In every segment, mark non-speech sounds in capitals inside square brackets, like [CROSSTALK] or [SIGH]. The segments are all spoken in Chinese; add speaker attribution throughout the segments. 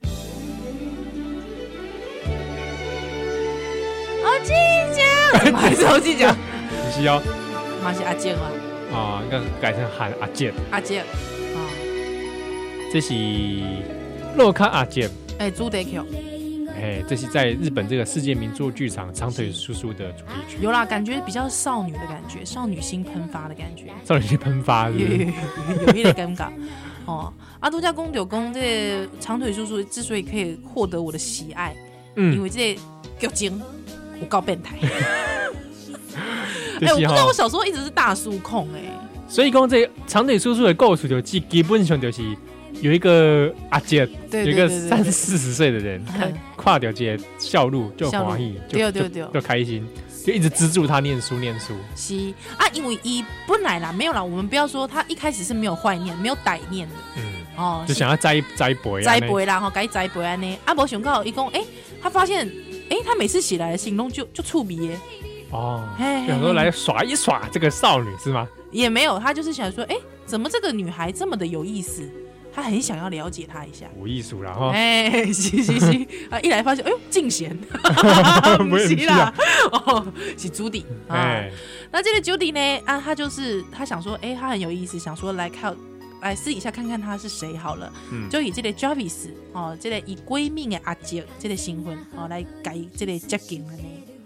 Speaker 1: [LAUGHS] 改手机讲，
Speaker 2: 不是哦，
Speaker 1: 嘛是阿杰啊，
Speaker 2: 啊，要改成喊阿健，
Speaker 1: 阿杰啊，
Speaker 2: 这是洛卡阿健，
Speaker 1: 哎，主题曲
Speaker 2: 哎，这是在日本这个世界名作剧场《长腿叔叔》的主题曲，
Speaker 1: 有啦，感觉比较少女的感觉，少女心喷发的感觉。
Speaker 2: 少女去喷发是不
Speaker 1: 有有
Speaker 2: 是？
Speaker 1: [LAUGHS] 有有一点尴尬。 [LAUGHS] 哦，阿杜家公九公这个长腿叔叔之所以可以获得我的喜爱，因
Speaker 2: 嗯，
Speaker 1: 为这个剧情我告变
Speaker 2: [LAUGHS]
Speaker 1: 态。哎、
Speaker 2: 这
Speaker 1: 我不
Speaker 2: 是
Speaker 1: 知
Speaker 2: 哦
Speaker 1: 道我
Speaker 2: 哈，
Speaker 1: 小时候一直是大叔控哎、
Speaker 2: 所以讲这个长腿叔叔的构图就基基本上就是有一个阿健，有
Speaker 1: 对对
Speaker 2: 一个
Speaker 1: 对对嗯
Speaker 2: 三四十岁的人，看跨掉这些笑路就
Speaker 1: 笑路
Speaker 2: 欢喜，就
Speaker 1: 对对
Speaker 2: 就
Speaker 1: 对
Speaker 2: 就开心，就一直资助他念书念书。
Speaker 1: 是啊，因为一本来啦没有啦，我们不要说他一开始是没有坏念，没有歹念的
Speaker 2: 嗯，
Speaker 1: 哦，
Speaker 2: 就想要栽栽培，
Speaker 1: 栽，培啦，吼，该栽培安尼。啊，无想到伊讲，哎、他发现，哎、他每次写来的信拢就就触鼻耶，
Speaker 2: 哦，
Speaker 1: 嘿嘿
Speaker 2: 就想说来耍一耍这个少女是吗？
Speaker 1: 也没有，他就是想说，哎、怎么这个女孩这么的有意思？他很想要了解她一下。
Speaker 2: 无艺术了哈，
Speaker 1: 哎、是是是，啊，一来发现，哎呦，敬
Speaker 2: [LAUGHS]
Speaker 1: 贤，
Speaker 2: 不是啊
Speaker 1: 是
Speaker 2: 啦
Speaker 1: 啦，哦，是朱迪啊。
Speaker 2: 哎，
Speaker 1: 那这个朱迪呢，啊，他就是他想说，哎、他很有意思，想说来看，来私底下看看他是谁好了。
Speaker 2: 嗯
Speaker 1: 就以这个 Jarvis 哦，这个以闺蜜的阿杰，这个新婚哦来改这个接近了呢。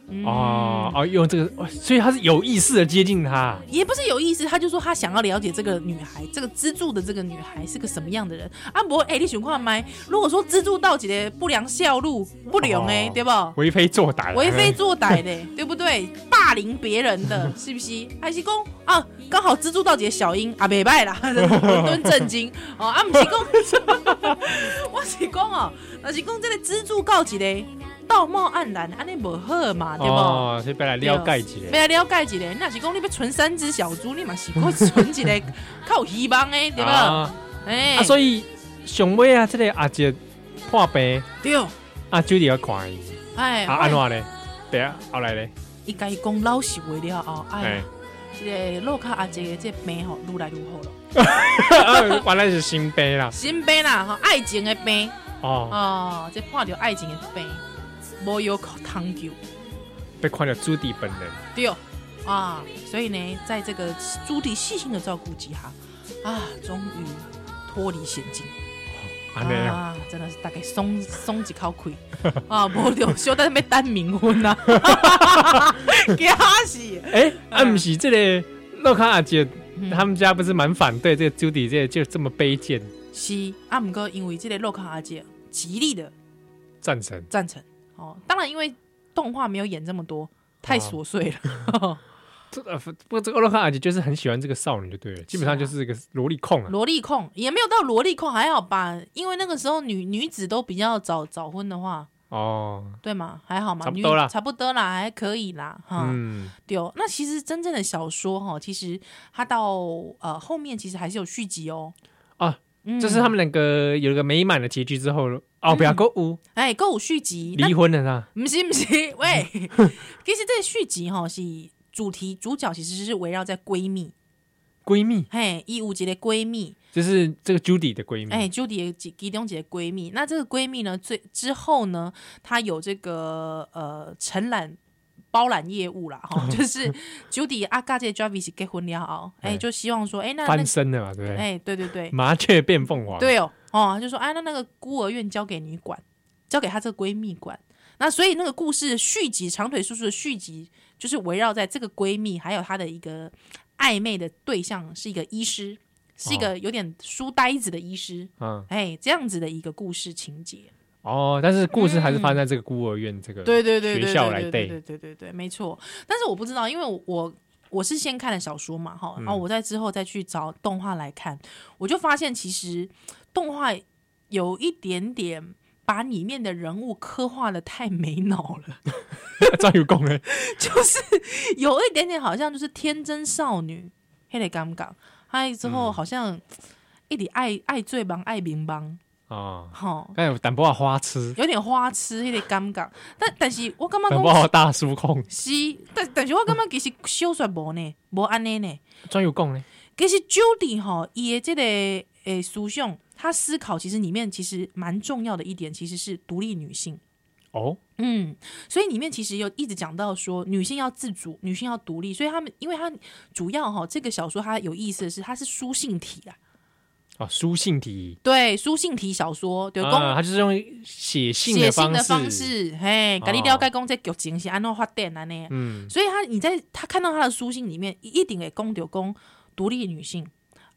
Speaker 1: 嗯
Speaker 2: 哦，哦，用这个，哦所以他是有意识的接近她，
Speaker 1: 也不是有意思，他就说他想要了解这个女孩，这个资助的这个女孩是个什么样的人啊？不，哎、你想看麦？如果说资助到一个不良笑路，不良哎、
Speaker 2: 哦
Speaker 1: 对不？
Speaker 2: 为非作歹，
Speaker 1: 为非作歹的，
Speaker 2: [LAUGHS]
Speaker 1: 对不对？霸凌别人的，是不是？还是讲啊，刚好资助到一个小英啊，袂歹啦， [LAUGHS] 伦敦震惊哦，啊，不是
Speaker 2: [LAUGHS]
Speaker 1: 讲， [LAUGHS] 我是讲哦，那是讲这个资助到一个道貌岸然，安尼无好嘛，对不？
Speaker 2: 哦，所以本来了解一下，
Speaker 1: 要来了解一下，你若是讲你要存三只小猪，你嘛是可以存一个 [LAUGHS] 较有希望的，对吧？
Speaker 2: 啊，
Speaker 1: 哎、
Speaker 2: 啊所以上尾啊，这个阿姐破病，
Speaker 1: 对，
Speaker 2: 啊，就得要看伊，
Speaker 1: 哎，
Speaker 2: 啊，安怎呢？对啊，后来呢？
Speaker 1: 伊家己讲老实话了后，哎
Speaker 2: 哎，，
Speaker 1: 这个洛卡阿姐的这个病吼，愈来愈好了，
Speaker 2: 原来是新病啦，
Speaker 1: 心病啦，吼，爱情的病，
Speaker 2: 哦，
Speaker 1: 哦，这看着爱情的病，无药可通救，
Speaker 2: 被看到朱棣本人，
Speaker 1: 对，啊，所以呢，在这个朱棣细心的照顾之下，啊，终于脱离险境。
Speaker 2: 安尼啊，
Speaker 1: 啊，真的是大概松松一口气啊，无就小在那边单冥婚啊， [LAUGHS] 假死！
Speaker 2: 哎，啊，不是这个洛卡阿姐。
Speaker 1: 嗯
Speaker 2: 他们家不是蛮反对这个朱迪这个就这么卑贱
Speaker 1: 是啊，毋过因为这个洛克阿姐极力的
Speaker 2: 战神
Speaker 1: 赞成哦，当然因为动画没有演这么多，
Speaker 2: 哦
Speaker 1: 太琐碎了。
Speaker 2: 这呃，不不过这个洛克阿姐就是很喜欢这个少女，就对了，基本上就是一个萝莉控啊。
Speaker 1: 萝莉控也没有到萝莉控，还好吧？因为那个时候女女子都比较早早婚的话，
Speaker 2: 哦，
Speaker 1: 对吗？还好嘛，
Speaker 2: 差不
Speaker 1: 女
Speaker 2: 多啦
Speaker 1: 差不多啦，还可以啦，哈。
Speaker 2: 嗯，
Speaker 1: 对哦，那其实真正的小说哈，其实它到呃后面其实还是有续集哦。
Speaker 2: 啊，
Speaker 1: 嗯
Speaker 2: 就是他们两个有一个美满的结局之后，哦，不要购物，
Speaker 1: 哎，购物续集，那
Speaker 2: 离婚了啦。
Speaker 1: 不是不是，
Speaker 2: [LAUGHS]
Speaker 1: 喂，其实这个续集哈是主题主角其实是围绕在闺蜜，
Speaker 2: 闺蜜
Speaker 1: 嘿，一五级的闺蜜，
Speaker 2: 就是这个朱迪的闺蜜，
Speaker 1: 哎，Judy 的其其中几个闺蜜，那这个闺蜜呢，最之后呢，她有这个呃承揽。包揽业务啦，
Speaker 2: [LAUGHS]
Speaker 1: 哈，就是 Judy 阿嘎这 Jarvis 结婚了哦，哎，
Speaker 2: 哎
Speaker 1: 就希望说，哎，那那
Speaker 2: 翻，身了嗯嘛，对不对？
Speaker 1: 哎，对对对，
Speaker 2: 麻雀变凤凰，，
Speaker 1: 对哦，哦，他就说哎，那那个孤儿院交给你管，交给她这个闺蜜管。那所以那个故事续集，长腿叔叔的续集就是围绕在这个闺蜜，还有她的一个暧昧的对象是一个医师，是一
Speaker 2: 哦
Speaker 1: 个有点书呆子的医师，
Speaker 2: 嗯，
Speaker 1: 哎，这样子的一个故事情节。
Speaker 2: 哦，但是故事还是发生在这个孤儿院这个，
Speaker 1: 对对对
Speaker 2: 学
Speaker 1: 对
Speaker 2: 校
Speaker 1: 对
Speaker 2: 来
Speaker 1: 对对对对对对，没错。但是我不知道，因为我我我是先看了小说嘛，哈，然后我在之后再去找动画来看，我就发现其实动画有一点点。把里面的人物刻画的太没脑了， [LAUGHS]
Speaker 2: 专有功能，
Speaker 1: 就是有一点点好像就是天真少女，黑得尴尬。还有之后好像一点爱爱醉帮爱民帮，
Speaker 2: 哦，
Speaker 1: 哈，
Speaker 2: 刚才有淡薄啊花痴，
Speaker 1: 有点花痴，黑得尴尬。但但是我感觉
Speaker 2: 淡
Speaker 1: 讲
Speaker 2: 薄啊大叔控，
Speaker 1: 是，但但是我感觉其实小说无呢，无安尼呢。
Speaker 2: 专有功能，
Speaker 1: 其实 Judy 吼，伊的这个诶思想，他思考其实里面其实蛮重要的一点，其实是独立女性。
Speaker 2: 哦，
Speaker 1: 嗯，所以里面其实有一直讲到说女性要自主，女性要独立，所以他们因为他主要哈这个小说它有意思的是它是书信体啊，
Speaker 2: 啊，书信体，
Speaker 1: 对，嗯书信体小说，对，公、
Speaker 2: 啊，他就是用写信
Speaker 1: 写信
Speaker 2: 方
Speaker 1: 的
Speaker 2: 式，
Speaker 1: 方式，嘿，给你
Speaker 2: 哦
Speaker 1: 了解讲这剧情是安怎发展安尼。
Speaker 2: 嗯，
Speaker 1: 所以他你在他看到他的书信里面，一定会讲到讲独立女性，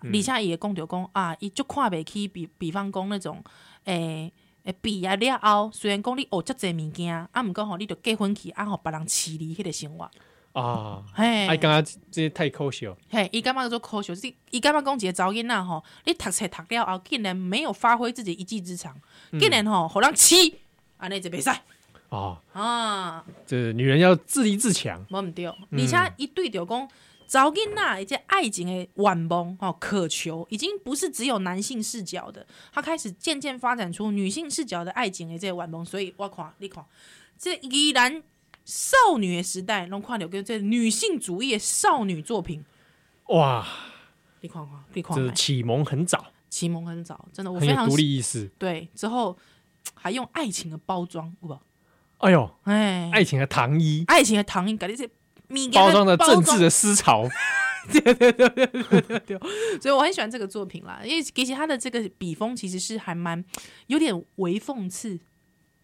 Speaker 2: 嗯
Speaker 1: 而且他也讲到讲啊，伊就看袂起比比方讲那种诶。诶，毕业了后，虽然讲你学遮济物件，啊，毋过吼，你着结婚去，啊，互别人饲你迄个生活，
Speaker 2: 啊，
Speaker 1: 嘿
Speaker 2: 哎，，刚刚这这太哦可惜了，
Speaker 1: 嘿，伊感觉做可惜，是伊感觉讲一个查某囡仔吼，你读册读了后，竟然没有发挥自己一技之长，
Speaker 2: 嗯
Speaker 1: 竟然吼，互人饲，安尼就袂使
Speaker 2: 啊，
Speaker 1: 啊。
Speaker 2: 这女人要自立自强，
Speaker 1: 无毋对，而且伊对着讲，查某囡仔即爱情的愿望吼渴求，已经不是只有男性视角的，他开始渐渐发展出女性视角的爱情的这个愿望。所以我看，你看，这依然少女的时代，拢看到跟这女性主义的少女作品，
Speaker 2: 哇，
Speaker 1: 你看看，你看
Speaker 2: 这
Speaker 1: 看，
Speaker 2: 启蒙很早，
Speaker 1: 启蒙很早，真的我
Speaker 2: 很
Speaker 1: 非
Speaker 2: 有
Speaker 1: 常
Speaker 2: 独立意识。
Speaker 1: 对，之后嘖还用爱情的包装，有无？
Speaker 2: 哎呦，
Speaker 1: 哎，
Speaker 2: 爱情的糖衣，
Speaker 1: 爱情的糖衣，感觉这物件
Speaker 2: 包装的政
Speaker 1: 包
Speaker 2: 治的思潮，
Speaker 1: 所以我很喜欢这个作品啦，因为其实他的这个笔锋其实是还蛮有点微讽刺啊，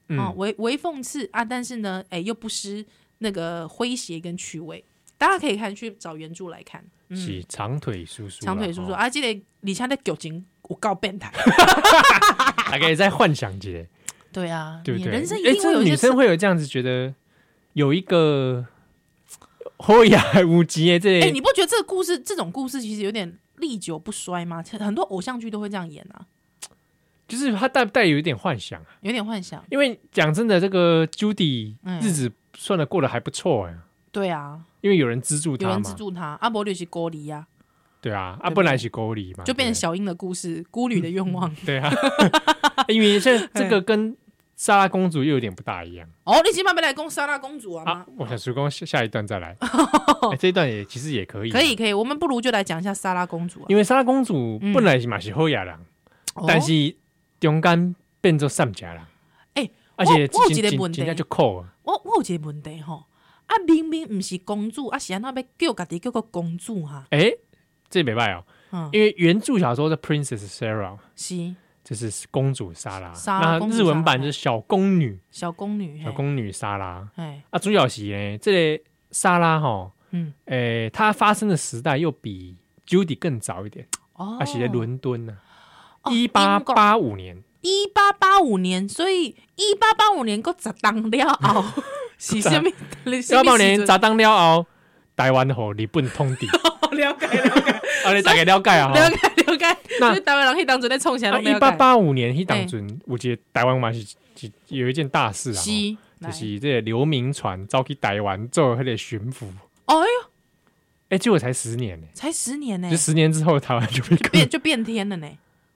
Speaker 2: 嗯，
Speaker 1: 微微讽刺啊，但是呢，哎，又不失那个诙谐跟趣味。大家可以看去找原著来看，嗯，
Speaker 2: 是长腿叔叔啦，
Speaker 1: 长腿叔叔
Speaker 2: 哦，
Speaker 1: 啊，这个李佳的剧情我告变态，
Speaker 2: 大概在幻想节，
Speaker 1: [LAUGHS] 对啊，
Speaker 2: 对不
Speaker 1: 你
Speaker 2: 对？
Speaker 1: 人生一
Speaker 2: 哎
Speaker 1: 定会
Speaker 2: 这
Speaker 1: 有一
Speaker 2: 女
Speaker 1: 些
Speaker 2: 生
Speaker 1: 成
Speaker 2: 会有这样子觉得有一个后雅无极的这
Speaker 1: 哎，
Speaker 2: 类
Speaker 1: 你不觉得这个故事这种故事其实有点历久不衰吗？很多偶像剧都会这样演啊，
Speaker 2: 就是她带不带有一点幻想啊？
Speaker 1: 有点幻想，
Speaker 2: 因为讲真的，这个 Judy
Speaker 1: 嗯
Speaker 2: 日子算的过得还不错哎、
Speaker 1: 对啊，
Speaker 2: 因为有人资助
Speaker 1: 有
Speaker 2: 她
Speaker 1: 人资
Speaker 2: 嘛，
Speaker 1: 助他，阿伯就是郭黎呀，
Speaker 2: 对啊，
Speaker 1: 对
Speaker 2: 啊，
Speaker 1: 不对
Speaker 2: 本来是沟里嘛，
Speaker 1: 就变成
Speaker 2: 对
Speaker 1: 小英的故事，孤女的愿望。
Speaker 2: 对啊， [LAUGHS] 因为
Speaker 1: [LAUGHS]
Speaker 2: 这这
Speaker 1: 哎
Speaker 2: 个跟莎拉公主又有点不大一样
Speaker 1: 哦，你起码要来攻莎拉公主啊
Speaker 2: 啊
Speaker 1: 吗？。
Speaker 2: 我想时光下下一段
Speaker 1: [LAUGHS]
Speaker 2: 再来，哎这一段也其实也可以，
Speaker 1: 可以，可以，我们不如就来讲一下莎拉公主啊。
Speaker 2: 因为莎拉公主
Speaker 1: 嗯
Speaker 2: 本来是马是后雅人，
Speaker 1: 哦
Speaker 2: 但是中间变做上家人，
Speaker 1: 哎
Speaker 2: 而且
Speaker 1: 我我有
Speaker 2: 真
Speaker 1: 一个
Speaker 2: 真
Speaker 1: 问题
Speaker 2: 真正就扣啊，
Speaker 1: 哦我我有一个问题吼，啊，明明毋是公主，啊，是安那要叫家己叫个公主啊哈、
Speaker 2: 哎，这没办哦，
Speaker 1: 嗯，
Speaker 2: 因为原著小说的 Princess Sarah。
Speaker 1: 是
Speaker 2: 就是公主莎拉，
Speaker 1: 莎拉
Speaker 2: 那
Speaker 1: 公主
Speaker 2: 日
Speaker 1: 莎
Speaker 2: 文
Speaker 1: 拉哎
Speaker 2: 版就是小宫女，
Speaker 1: 小宫女，
Speaker 2: 小
Speaker 1: 嘿，
Speaker 2: 宫女莎拉。
Speaker 1: 哎，
Speaker 2: 啊，主要是呢，这个莎拉哈，
Speaker 1: 嗯，
Speaker 2: 诶、她发生的时代又比 Judy 更早一点，
Speaker 1: 哦，
Speaker 2: 啊，是在伦敦呢、
Speaker 1: 哦
Speaker 2: 一八八五年，
Speaker 1: 一八八五年，所以一八八五年够十当了
Speaker 2: [LAUGHS]
Speaker 1: 后，是什么？
Speaker 2: 幺八年
Speaker 1: 咋
Speaker 2: 砸当了后，台湾吼日本通
Speaker 1: [LAUGHS]
Speaker 2: 敌，
Speaker 1: 哦了解
Speaker 2: [LAUGHS]
Speaker 1: 了解
Speaker 2: 啊，你大概了解啊
Speaker 1: 了
Speaker 2: 吼。
Speaker 1: 解了解，
Speaker 2: 那
Speaker 1: 就是台湾人迄当初在创啥
Speaker 2: 啊，
Speaker 1: 拢
Speaker 2: 一
Speaker 1: 了
Speaker 2: 八
Speaker 1: 解。哎
Speaker 2: 八五年，迄当阵，有一个台湾嘛是是有一件大事啊，吼
Speaker 1: 是，来
Speaker 2: 就是这个刘铭传招去台湾做迄个巡抚，
Speaker 1: 哦哟，
Speaker 2: 哎、结果才十年呢、
Speaker 1: 才十年呢
Speaker 2: 就，十年之后台湾就被割
Speaker 1: 哎变就变天了呢。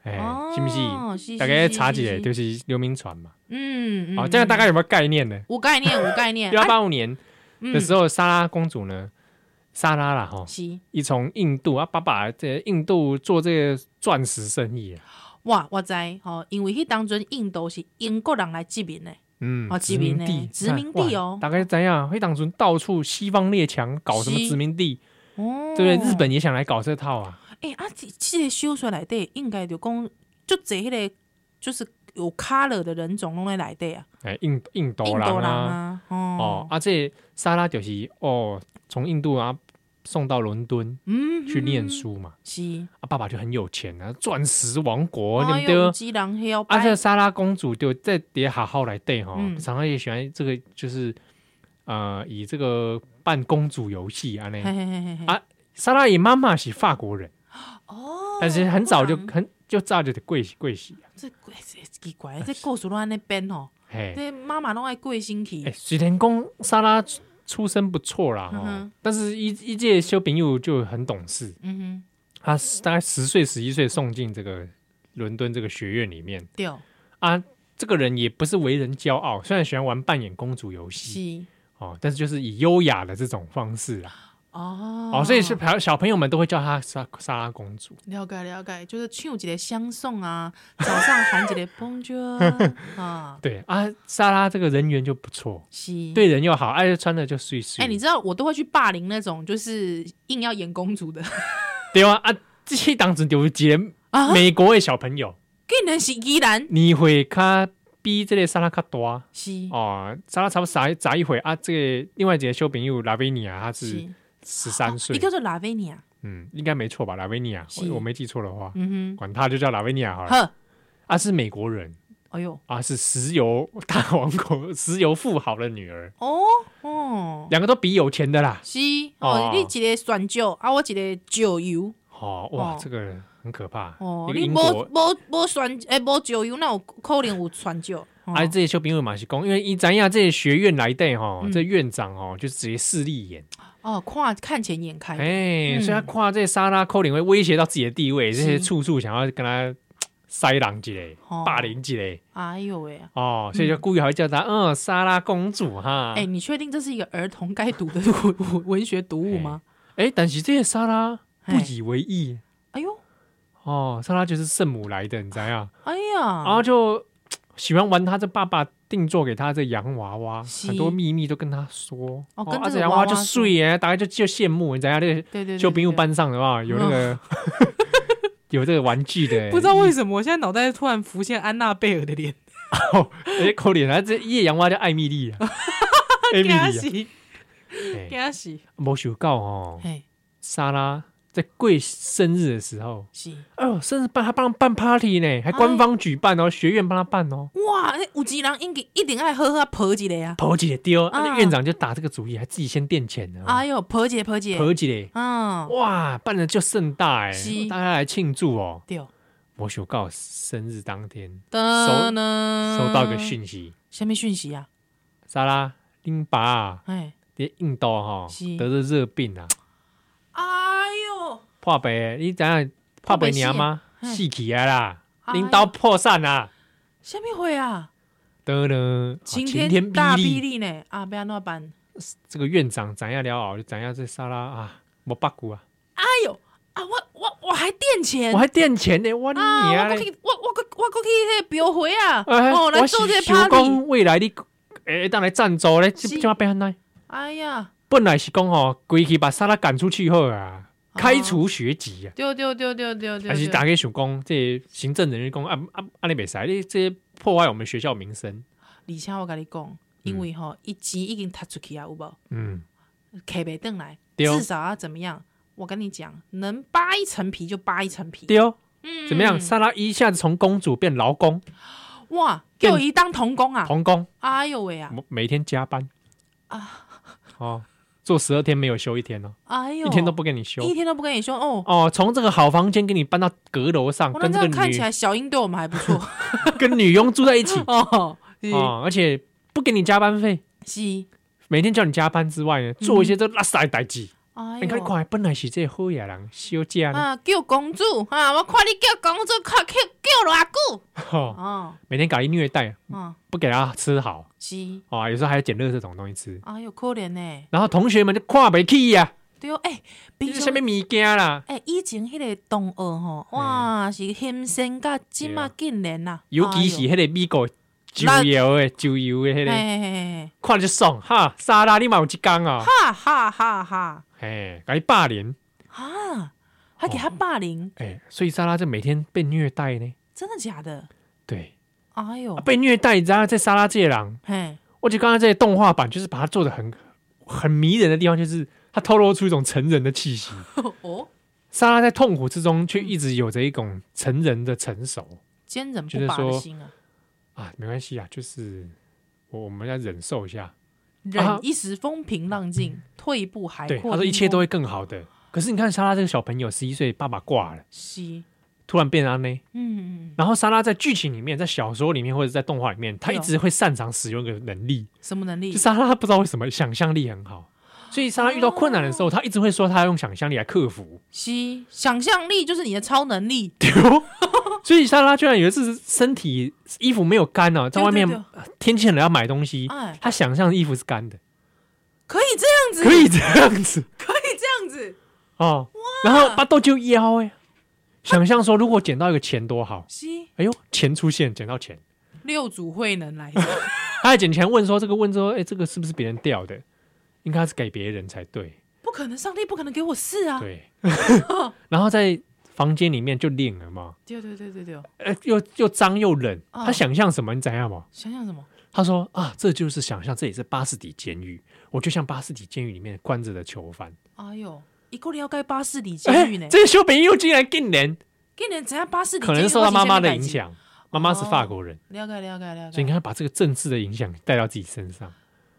Speaker 2: 哎、
Speaker 1: 哦，
Speaker 2: 是不是？
Speaker 1: 是？
Speaker 2: 大概查
Speaker 1: 是
Speaker 2: 起
Speaker 1: 是
Speaker 2: 来就是刘铭传嘛，
Speaker 1: 嗯，哎啊
Speaker 2: 好、哦这样大
Speaker 1: 概
Speaker 2: 概有没有概念呢？
Speaker 1: 有概念，有概念。哎
Speaker 2: [LAUGHS] 一八八五年 [LAUGHS] 的时
Speaker 1: 候，
Speaker 2: 候，莎拉公主呢，莎拉啦哈，
Speaker 1: 嗯是
Speaker 2: 一从印度啊，爸爸在印度做这个钻石生意啊，
Speaker 1: 哇，我知吼，因为迄当阵印度是英国人来殖民的，
Speaker 2: 嗯，
Speaker 1: 哦殖民呢
Speaker 2: 地，哎
Speaker 1: 殖民地哦
Speaker 2: 哇大概怎样？会当初到处西方列强搞什么
Speaker 1: 是
Speaker 2: 殖民地，
Speaker 1: 哦，
Speaker 2: 对不对？日本也想来搞这套啊，
Speaker 1: 诶啊，这这个小说内底应该就讲，就这迄个就是有 color 的人种拢在内底啊，
Speaker 2: 哎，印印度
Speaker 1: 印
Speaker 2: 人
Speaker 1: 度人
Speaker 2: 啊，
Speaker 1: 啊，
Speaker 2: 哦
Speaker 1: 哦，
Speaker 2: 啊，这莎拉就是哦，从印度啊送到伦敦
Speaker 1: 嗯，
Speaker 2: 去念书嘛。
Speaker 1: 是，
Speaker 2: 啊，爸爸就很有钱啊，钻石王国，
Speaker 1: 哎
Speaker 2: 对不
Speaker 1: 呦
Speaker 2: 对
Speaker 1: 有？基人黑要
Speaker 2: 啊，
Speaker 1: 白
Speaker 2: 这个莎拉公主就在底下好来对哈，
Speaker 1: 哎嗯
Speaker 2: 常常也喜欢这个，就是呃，以这个办公主游戏啊
Speaker 1: 嘿
Speaker 2: 那。
Speaker 1: 嘿嘿嘿嘿，
Speaker 2: 啊莎拉也妈妈是法国人，
Speaker 1: 哦，
Speaker 2: 但是很早就
Speaker 1: 我人
Speaker 2: 很就早就得跪洗跪洗啊，
Speaker 1: 这这奇怪，这故事拢安尼编吼，
Speaker 2: 嘿，
Speaker 1: 这妈妈拢爱过星期
Speaker 2: 哎，，水田宫莎拉出出身不错啦
Speaker 1: 嗯
Speaker 2: 哈
Speaker 1: 哼，
Speaker 2: 但是一一届修平佑就很懂事，
Speaker 1: 嗯哼。
Speaker 2: 他大概十岁十一岁送进这个伦敦这个学院里面
Speaker 1: 对，哦
Speaker 2: 啊。这个人也不是为人骄傲，虽然喜欢玩扮演公主游戏
Speaker 1: 是
Speaker 2: 哦，但是就是以优雅的这种方式啊，
Speaker 1: 哦
Speaker 2: 哦，所以是朋小朋友们都会叫她莎莎拉公主。
Speaker 1: 了解了解，就是唱一个相送啊，早上喊一个
Speaker 2: [LAUGHS]
Speaker 1: Bonjour 啊，
Speaker 2: 对啊，莎拉这个人缘就不错，
Speaker 1: 是。
Speaker 2: 对人又好，哎、穿的就
Speaker 1: 嗯
Speaker 2: 碎
Speaker 1: 哎、
Speaker 2: 碎。
Speaker 1: 你知道我都会去霸凌那种就是硬要演公主的
Speaker 2: 对啊啊，这些当时有一个
Speaker 1: 啊，
Speaker 2: 美国的小朋友，
Speaker 1: 竟然是依然
Speaker 2: 你会较比这个莎拉较大
Speaker 1: 是
Speaker 2: 哦，莎拉差不多砸砸一回啊，这个另外一个小朋友拉维尼亚，他是
Speaker 1: 是哦啊
Speaker 2: 十三岁
Speaker 1: 一，个是拉维尼啊亚，
Speaker 2: 嗯，应该没错吧？拉维尼亚，
Speaker 1: 是
Speaker 2: 我我没记错的话，
Speaker 1: 嗯
Speaker 2: 管他就叫拉维尼亚好
Speaker 1: 哼，
Speaker 2: 了。
Speaker 1: 呵，
Speaker 2: 啊，是美国人
Speaker 1: 哎呦，
Speaker 2: 啊，是石油大王国、 [LAUGHS] 石油富豪的女儿，
Speaker 1: 哦哦，
Speaker 2: 两个都比有钱的啦。
Speaker 1: 是哦
Speaker 2: 哦，
Speaker 1: 你一个选酒啊，我一个酒油
Speaker 2: 哦，哇，
Speaker 1: 哦
Speaker 2: 这个很可怕。
Speaker 1: 哦
Speaker 2: 一，个
Speaker 1: 你
Speaker 2: 英
Speaker 1: 无
Speaker 2: 国，
Speaker 1: 无无选诶，无酒油，那有可能有选酒。哦
Speaker 2: 啊，这些小朋友嘛是讲，因为伊知影这些学院来的吼，
Speaker 1: 嗯
Speaker 2: 这院长哦，就直接势利眼，
Speaker 1: 哦，看看钱眼开，
Speaker 2: 哎、
Speaker 1: 嗯
Speaker 2: 所以他跨这莎拉扣领会威胁到自己的地位，这些
Speaker 1: 是
Speaker 2: 处处想要跟他塞狼之类、
Speaker 1: 哦
Speaker 2: 霸。凌之类
Speaker 1: 哎呦喂、
Speaker 2: 哦，所以就故意还会叫他嗯莎拉公主哈。
Speaker 1: 哎、
Speaker 2: 哎、
Speaker 1: 你确定这是一个儿童该读的文文文学读物吗？
Speaker 2: 哎但是这些莎拉
Speaker 1: 嘿
Speaker 2: 不以为意
Speaker 1: 哎呦，
Speaker 2: 哦，莎拉就是圣母来的，你知道吗？
Speaker 1: 哎呀，
Speaker 2: 然后就喜欢玩他这爸爸定做给他这洋娃娃，
Speaker 1: 是
Speaker 2: 很多秘密都跟他说。
Speaker 1: 哦跟
Speaker 2: 啊
Speaker 1: 这
Speaker 2: 这
Speaker 1: 个
Speaker 2: 洋
Speaker 1: 娃
Speaker 2: 娃
Speaker 1: 娃
Speaker 2: 娃就
Speaker 1: 说
Speaker 2: 睡耶，大家就就羡慕，你知道吗这个
Speaker 1: 对对对，
Speaker 2: 就兵
Speaker 1: 对
Speaker 2: 务，班上的话有那个 [LAUGHS] 有这个玩具
Speaker 1: 对 [LAUGHS]
Speaker 2: 的，
Speaker 1: 不知道为什么，我现在脑袋突然浮现安娜贝尔的 [LAUGHS] 脸，
Speaker 2: 哎、可怜啊，这夜阳蛙叫艾
Speaker 1: [LAUGHS]
Speaker 2: 米丽啊，艾米
Speaker 1: 给他
Speaker 2: 丽、
Speaker 1: 洗， [LAUGHS]
Speaker 2: 啊，
Speaker 1: 给
Speaker 2: 哎
Speaker 1: 他洗，
Speaker 2: 没想到哦，
Speaker 1: 嘿，
Speaker 2: 莎拉在过生日的时候，
Speaker 1: 洗，
Speaker 2: 哦，生日办她帮她办 party 呢，还官方举办
Speaker 1: 啊
Speaker 2: 哦，学院帮她办哦，
Speaker 1: 哇，那有吉人应该一定爱呵呵婆一个呀，
Speaker 2: 婆姐丢，
Speaker 1: 啊
Speaker 2: 那院长就打这个主意，还自己先垫钱呢，
Speaker 1: 哎呦，婆姐婆姐，
Speaker 2: 婆姐，
Speaker 1: 嗯，
Speaker 2: 哇，办的就盛大哎
Speaker 1: 是，
Speaker 2: 大家来庆祝哦。
Speaker 1: 对，
Speaker 2: 没想到生日当天
Speaker 1: 噔嗯
Speaker 2: 收到一个，讯息，
Speaker 1: 什么讯息啊？
Speaker 2: 莎拉拎爸啊，
Speaker 1: 哎，
Speaker 2: 在印度哈
Speaker 1: 是
Speaker 2: 得了热病啊。
Speaker 1: 哎呦，
Speaker 2: 破病，你知影破病娘吗？
Speaker 1: 破病死嗯
Speaker 2: 死去啊啦，
Speaker 1: 哎
Speaker 2: 领导破产啦，
Speaker 1: 什么会啊？
Speaker 2: 得了
Speaker 1: 晴
Speaker 2: 天
Speaker 1: 天大
Speaker 2: 霹
Speaker 1: 霹！雳呢？啊，不要那办，
Speaker 2: 这个院长怎样了后，就怎样这沙拉啊，没八股啊，
Speaker 1: 哎呦，啊，我我我还垫钱
Speaker 2: 我。还垫钱呢，我你
Speaker 1: 哎啊！
Speaker 2: 娘
Speaker 1: 我过
Speaker 2: 嘞！
Speaker 1: 去，我我过我过去迄个庙会啊！
Speaker 2: 哎
Speaker 1: 哦，来
Speaker 2: 我
Speaker 1: 做这
Speaker 2: 是
Speaker 1: 个
Speaker 2: 想
Speaker 1: party。
Speaker 2: 讲未来你诶，当来赞助咧，这
Speaker 1: 是
Speaker 2: 这么变安尼？
Speaker 1: 哎呀，
Speaker 2: 本来是讲吼，规去把沙拉赶出去后啊，开除学籍啊，
Speaker 1: 对对对对对对，
Speaker 2: 还是
Speaker 1: 对
Speaker 2: 大家想讲这行政人员讲啊啊啊，你袂使，你这破坏我们学校名声，
Speaker 1: 而且我跟你讲，因为吼，伊钱已经踢出去啊，有无？
Speaker 2: 嗯，
Speaker 1: 摕袂转来，
Speaker 2: 对
Speaker 1: 至少要怎么样？我跟你讲，能扒一层皮就扒一层皮。
Speaker 2: 对哦。
Speaker 1: 嗯
Speaker 2: 怎么样？？莎拉一下子从公主变劳工，
Speaker 1: 哇，叫伊当童工啊！
Speaker 2: 童工，
Speaker 1: 哎呦喂啊！
Speaker 2: 每每天加班
Speaker 1: 啊，
Speaker 2: 哦，做十二天没有休一天哦，
Speaker 1: 哎呦，
Speaker 2: 一天都不给你休
Speaker 1: 一天都不跟你说哦。
Speaker 2: 哦。从这个好房间给你搬到阁楼上，
Speaker 1: 我那
Speaker 2: 跟
Speaker 1: 这
Speaker 2: 这个
Speaker 1: 样看起
Speaker 2: 女
Speaker 1: 来，小英对我们还不错
Speaker 2: 跟女佣住在一起
Speaker 1: 哦。 [LAUGHS] 是
Speaker 2: [LAUGHS] 哦，而且不给你加班费，
Speaker 1: 是，
Speaker 2: 每天叫你加班之外呢，做一些这垃圾代志。
Speaker 1: 嗯哎
Speaker 2: 你看，你
Speaker 1: 呦。
Speaker 2: 看，本来是这好野人休假呢，
Speaker 1: 啊，叫公主啊！我看你叫公主，看叫叫偌久
Speaker 2: 哦，
Speaker 1: 哦，
Speaker 2: 每天搞一虐待，
Speaker 1: 嗯，
Speaker 2: 不给他吃好
Speaker 1: 是，
Speaker 2: 哦，有时候还要捡垃圾桶东西吃。
Speaker 1: 哎呦，可怜呢。
Speaker 2: 然后同学们就看不起呀，
Speaker 1: 对哦，哎，
Speaker 2: 这
Speaker 1: 平
Speaker 2: 是什
Speaker 1: 常
Speaker 2: 么物件啦？
Speaker 1: 哎，以前迄个同学吼，哇，是牺牲甲即嘛竟然呐，
Speaker 2: 啊尤其是迄个美国就油的就油的
Speaker 1: 哎
Speaker 2: 迄、个
Speaker 1: 呦，，嘿嘿嘿
Speaker 2: 看着就爽哈！沙拉你嘛有一工啊，
Speaker 1: 哈哈哈哈
Speaker 2: 嘿，甲你霸凌，
Speaker 1: 哈，还给他霸凌，
Speaker 2: 哎、所以沙拉这每天被虐待呢，
Speaker 1: 真的假的？
Speaker 2: 对，
Speaker 1: 哎呦
Speaker 2: 啊、，被虐待，然后在沙拉这个人， [LAUGHS]
Speaker 1: 嘿，
Speaker 2: 我觉得刚才这些动画版就是把它做的很很迷人的地方，就是它透露出一种成人的气息。
Speaker 1: 哦，
Speaker 2: 沙拉在痛苦之中，却一直有着一种成人的成熟
Speaker 1: 坚韧
Speaker 2: 就是
Speaker 1: 不拔的
Speaker 2: 说
Speaker 1: 心啊，
Speaker 2: 啊，没关系啊，就是我我们要忍受一下，啊
Speaker 1: 忍一时风平浪静，退一步海
Speaker 2: 对，
Speaker 1: 阔
Speaker 2: 他说一
Speaker 1: 天
Speaker 2: 切都
Speaker 1: 空
Speaker 2: 会更好的。可是你看沙拉这个小朋友，十一岁，爸爸挂了。
Speaker 1: 是，
Speaker 2: 突然变安呢。
Speaker 1: 嗯，
Speaker 2: 然后莎拉在剧情里面，在小说里面或者在动画里面，她
Speaker 1: 对
Speaker 2: 一
Speaker 1: 哦
Speaker 2: 直会擅长使用一个能力。
Speaker 1: 什么能力
Speaker 2: 就？莎拉不知道为什么想象力很好，所以莎拉遇到困难的时候，她一直会说她用想象力来克服。
Speaker 1: 是，想象力就是你的超能力。
Speaker 2: 对哦，所以莎拉居然有一次身体衣服没有干呢、在外面
Speaker 1: 对对
Speaker 2: 呃天气很冷要买东西
Speaker 1: 哎，
Speaker 2: 她想象的衣服是干的，
Speaker 1: 可以这样子，
Speaker 2: 可以这样子，
Speaker 1: 可以这样样子，
Speaker 2: 哦，然后把豆就腰哎，想象说如果捡到一个钱多好，
Speaker 1: 西
Speaker 2: 哎呦，钱出现，捡到钱，
Speaker 1: 六祖慧能来着，
Speaker 2: 他还捡钱问说这个问说，哎，这个是不是别人掉的？应该是给别人才对，
Speaker 1: [LAUGHS] 不可能，上帝不可能给我事啊！
Speaker 2: 对， [LAUGHS] 然后在房间里面就练了嘛，
Speaker 1: 对对对对对，
Speaker 2: 呃，又又脏又冷，
Speaker 1: 哦
Speaker 2: 他想象什么你怎样嘛？
Speaker 1: 想想什么？
Speaker 2: 他说啊，这就是想象，这也是巴士底监狱，我就像巴士底监狱里面关着的囚犯。
Speaker 1: 哎呦，一个人要盖巴士底监狱
Speaker 2: 哎
Speaker 1: 呢，，
Speaker 2: 这个修平又竟然更人，
Speaker 1: 给人怎样巴士底
Speaker 2: 可
Speaker 1: 监狱？
Speaker 2: 能受到妈妈的影
Speaker 1: 我以前
Speaker 2: 响，妈妈是
Speaker 1: 哦
Speaker 2: 法国人，
Speaker 1: 没改进，了解了解了
Speaker 2: 所以你
Speaker 1: 解。
Speaker 2: 看他把这个政治的影响带到自己身上。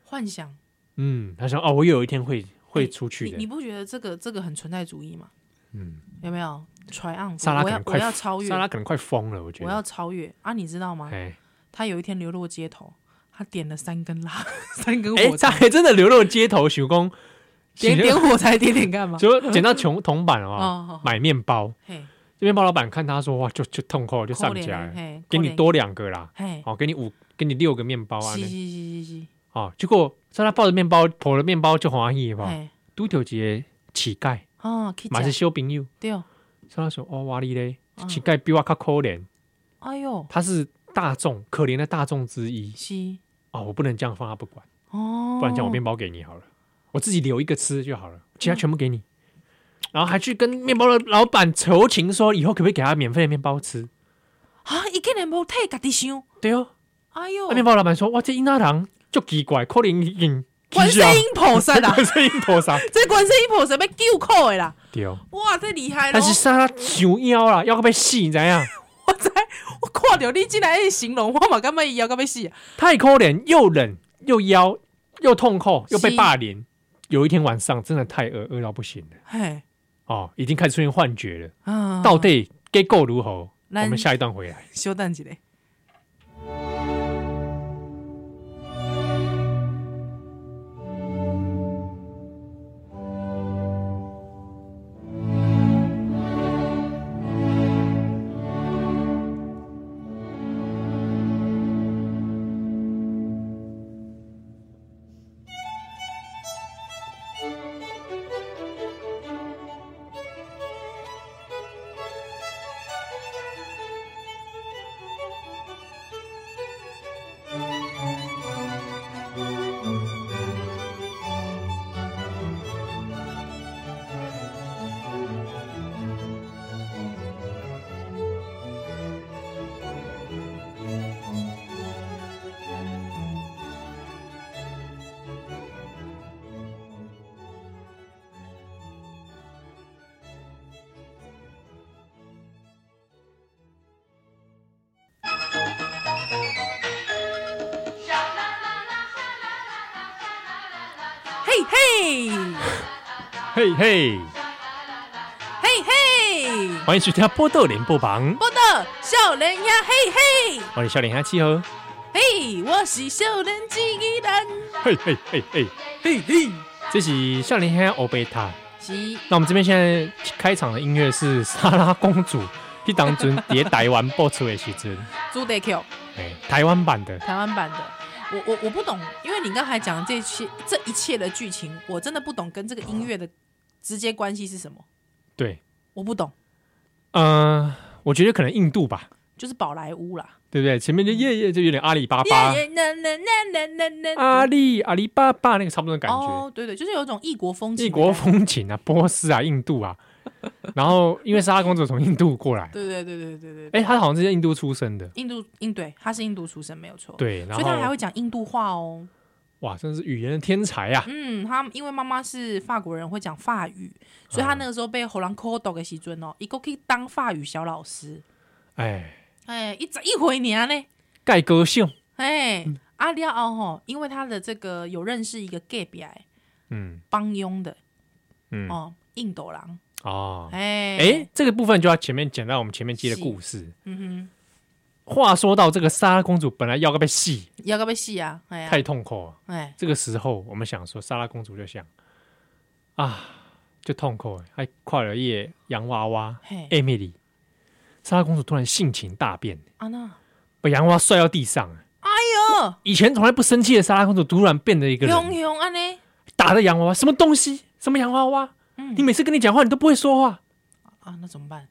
Speaker 1: 幻想，
Speaker 2: 嗯，他想哦，我有一天会会出去
Speaker 1: 你你
Speaker 2: 的。
Speaker 1: 不觉得这个这个很存在主义吗？
Speaker 2: 嗯，
Speaker 1: 有没有？Triumph，
Speaker 2: 莎拉
Speaker 1: 我
Speaker 2: 可
Speaker 1: 要
Speaker 2: 能
Speaker 1: 我
Speaker 2: 快
Speaker 1: 要超越
Speaker 2: 莎，拉可能快疯了，我觉
Speaker 1: 我要
Speaker 2: 得。
Speaker 1: 超越啊！你知道吗？
Speaker 2: 哎
Speaker 1: 他有一天流落街头，他点了三根蜡， [LAUGHS] 三根
Speaker 2: 哎，
Speaker 1: 火柴，
Speaker 2: 他还真的流落街头，许工
Speaker 1: [LAUGHS] 点点
Speaker 2: [LAUGHS]
Speaker 1: 火柴，点点干嘛？
Speaker 2: 就捡到穷铜
Speaker 1: [LAUGHS]
Speaker 2: 板
Speaker 1: 哦好
Speaker 2: 哦
Speaker 1: 好，
Speaker 2: 买面包。
Speaker 1: 嘿，
Speaker 2: 这面包老板看他说哇，就就痛苦就上
Speaker 1: 可
Speaker 2: 起
Speaker 1: 怜
Speaker 2: 来
Speaker 1: 的
Speaker 2: 了，
Speaker 1: 嘿，
Speaker 2: 给
Speaker 1: 可
Speaker 2: 你
Speaker 1: 怜，
Speaker 2: 多两个啦，
Speaker 1: 嘿，
Speaker 2: 哦，给你五，给你六个面包啊
Speaker 1: 是。是是是是，
Speaker 2: 哦，结果莎拉抱着面包，抱了面包就欢喜吧。
Speaker 1: 嘿，
Speaker 2: 拄着一个乞丐，
Speaker 1: 啊，去
Speaker 2: 嘛是
Speaker 1: 吃
Speaker 2: 小朋友，
Speaker 1: 对哦，
Speaker 2: 莎拉说哦，哇你嘞
Speaker 1: 嗯，
Speaker 2: 乞丐比我较可怜，
Speaker 1: 哎呦，
Speaker 2: 他是大众可怜的大众之一
Speaker 1: 是
Speaker 2: 哦，我不能这样放他不管。
Speaker 1: 哦，
Speaker 2: 不然这样我面包给你好了，我自己留一个吃就好了，其他全部给你。然后还去跟面包的老板求情，说以后可不可以给他免费的面包吃？
Speaker 1: 啊，伊竟然无替家己想，
Speaker 2: 对哦，
Speaker 1: 哎呦
Speaker 2: 那，面包老板说：“哇，这英大堂就奇怪，可能已经
Speaker 1: 观
Speaker 2: 啊
Speaker 1: 世音菩萨
Speaker 2: [LAUGHS]
Speaker 1: 啦， [LAUGHS]
Speaker 2: 观世音菩萨
Speaker 1: 这观世音菩萨要救苦的啦，
Speaker 2: 对哦。
Speaker 1: 哇，这厉害咯
Speaker 2: 但！是莎拉想腰啦，要个被死，你知样？
Speaker 1: [LAUGHS] 我知，我看到你竟然在形容，我嘛感觉伊要到要死啊，
Speaker 2: 太可怜，又冷又腰又痛苦，又被
Speaker 1: 是
Speaker 2: 霸凌。有一天晚上真的太饿，饿到不行了
Speaker 1: 嘿，
Speaker 2: 哦，已经开始出现幻觉了。
Speaker 1: 啊，
Speaker 2: 到底结果如何？我
Speaker 1: 咱
Speaker 2: 们下一段回来。
Speaker 1: 稍等一下。嘿嘿，
Speaker 2: 嘿嘿。
Speaker 1: 嘿嘿，
Speaker 2: 欢迎收听《波豆联播榜》，
Speaker 1: 我的少年呀，嘿嘿，
Speaker 2: 我是笑脸阿七哦，
Speaker 1: 嘿，我是少年机器人，
Speaker 2: 嘿嘿嘿嘿，
Speaker 1: 嘿嘿，
Speaker 2: 这是笑脸啊阿欧贝塔。
Speaker 1: 是
Speaker 2: 那我们这边现在开场的音乐是《莎拉公主》，一当准叠台湾播出的时阵，
Speaker 1: 朱德 Q
Speaker 2: 哎，台湾版的，
Speaker 1: 台湾版的。我我我不懂，因为你刚才讲这些这一切的剧情，我真的不懂跟这个音乐的直接关系是什么，
Speaker 2: 对，
Speaker 1: 我不懂，
Speaker 2: 嗯，我觉得可能印度吧，
Speaker 1: 就是宝莱坞啦。
Speaker 2: 对不对？前面就夜夜就有点阿里巴巴，
Speaker 1: 耶耶呐呐呐呐呐
Speaker 2: 阿
Speaker 1: 呐
Speaker 2: 里阿里巴巴那个差不多啊的感觉，
Speaker 1: 哦，对对，就是有一种异国风情，
Speaker 2: 异国，风情啊，波斯啊，
Speaker 1: [LAUGHS]
Speaker 2: 印度啊，然后因为莎拉公主从印度过来，
Speaker 1: 对对对对对对对，
Speaker 2: 哎，她好像是在印度出生的，
Speaker 1: 印度印对，他是印度出生没有错，，
Speaker 2: 对，然
Speaker 1: 所以他还
Speaker 2: 后
Speaker 1: 会讲印度话哦。
Speaker 2: 哇，真是语言的天才呀、啊！
Speaker 1: 嗯，他因为妈妈是法国人，会讲法语，所以
Speaker 2: 嗯
Speaker 1: 他那个时候被荷兰 call 到的时阵哦，一个去当法语小老师，
Speaker 2: 哎，
Speaker 1: 哎，一早一回年呢，
Speaker 2: 盖歌秀，
Speaker 1: 哎，
Speaker 2: 嗯
Speaker 1: 阿廖奥吼，因为他的这个有认识一个 gay 比来
Speaker 2: 嗯
Speaker 1: 帮佣的
Speaker 2: 嗯
Speaker 1: 哦，印度郎，
Speaker 2: 哦，
Speaker 1: 哎
Speaker 2: 哎，这个部分就要前面讲到我们前面接的故事。
Speaker 1: 嗯
Speaker 2: 话说到这个莎拉公主本来要被戏，
Speaker 1: 哼，要个被戏啊，哎呀，
Speaker 2: 太痛苦了。
Speaker 1: 哎，
Speaker 2: 这个时候我们想说，莎拉公主就想啊，就痛苦了，还快乐夜洋娃娃
Speaker 1: 嘿，
Speaker 2: 艾米丽，莎拉公主突然性情大变，
Speaker 1: 阿娜，
Speaker 2: 把洋娃娃摔到地上了。
Speaker 1: 哎
Speaker 2: 以前从来不生气的莎拉公主突然变得一个
Speaker 1: 呦，
Speaker 2: 人，
Speaker 1: 熊熊安呢，
Speaker 2: 打的洋娃娃什么东西？什么洋娃娃？
Speaker 1: 嗯
Speaker 2: 你每次跟你讲话，你都不会说话。
Speaker 1: 啊，那怎么办？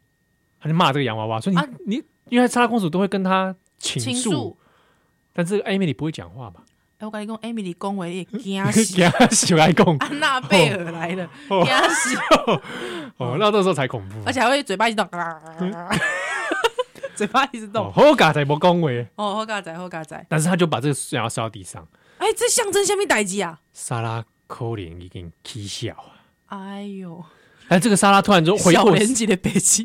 Speaker 2: 他就骂这个洋娃娃，说你、
Speaker 1: 啊
Speaker 2: 你，因为莎拉公主都会跟他倾
Speaker 1: 倾
Speaker 2: 诉，
Speaker 1: 诉。
Speaker 2: 但是艾米丽不会讲话嘛，
Speaker 1: 哎、我跟你讲，Emily 恭维也惊
Speaker 2: [LAUGHS] 给
Speaker 1: 死，
Speaker 2: 他小来供
Speaker 1: 安娜贝尔来了，
Speaker 2: 哦
Speaker 1: 惊死，
Speaker 2: 哦，那到时候才恐怖。
Speaker 1: 而且还会嘴巴一直动，啊 [LAUGHS] 嘴巴一直动
Speaker 2: 嗯哦，。好嘎才不恭维，
Speaker 1: 哦，好嘎仔，好嘎仔，
Speaker 2: 但是他就把这个水要烧到地上。
Speaker 1: 哎、这象征下面代志啊！
Speaker 2: 莎拉扣脸已经起笑啊！
Speaker 1: 哎呦，
Speaker 2: 但这个莎拉突然就回
Speaker 1: 小
Speaker 2: 过，
Speaker 1: 年纪的
Speaker 2: [LAUGHS]
Speaker 1: 北极，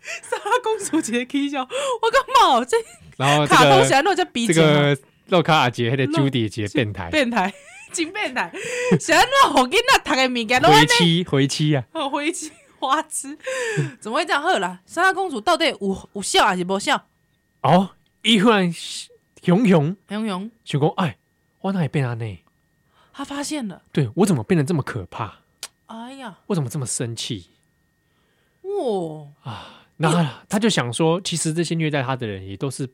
Speaker 1: 莎拉公主级的 K 笑，我干嘛？这
Speaker 2: 然啊后这
Speaker 1: 卡通
Speaker 2: 个
Speaker 1: 侠那叫比
Speaker 2: 这
Speaker 1: 景啊，
Speaker 2: 个洛卡阿杰还得
Speaker 1: 洛
Speaker 2: Judy 姐变态
Speaker 1: 变态，真变态！想那好囡仔读的物件都安
Speaker 2: 回
Speaker 1: 尼
Speaker 2: 妻回妻啊！
Speaker 1: 很灰机花痴，怎么会这样？好啦，莎拉公主到底有有笑还是无笑？
Speaker 2: 哦，伊忽然熊熊
Speaker 1: 杨勇
Speaker 2: 想讲，哎，我哪里变安呢？
Speaker 1: 她发现了，
Speaker 2: 对我怎么变得这么可怕？
Speaker 1: 哎呀，
Speaker 2: 我怎么这么生气？
Speaker 1: 哇，
Speaker 2: 那他他就想说，其实这些虐待他的人也都是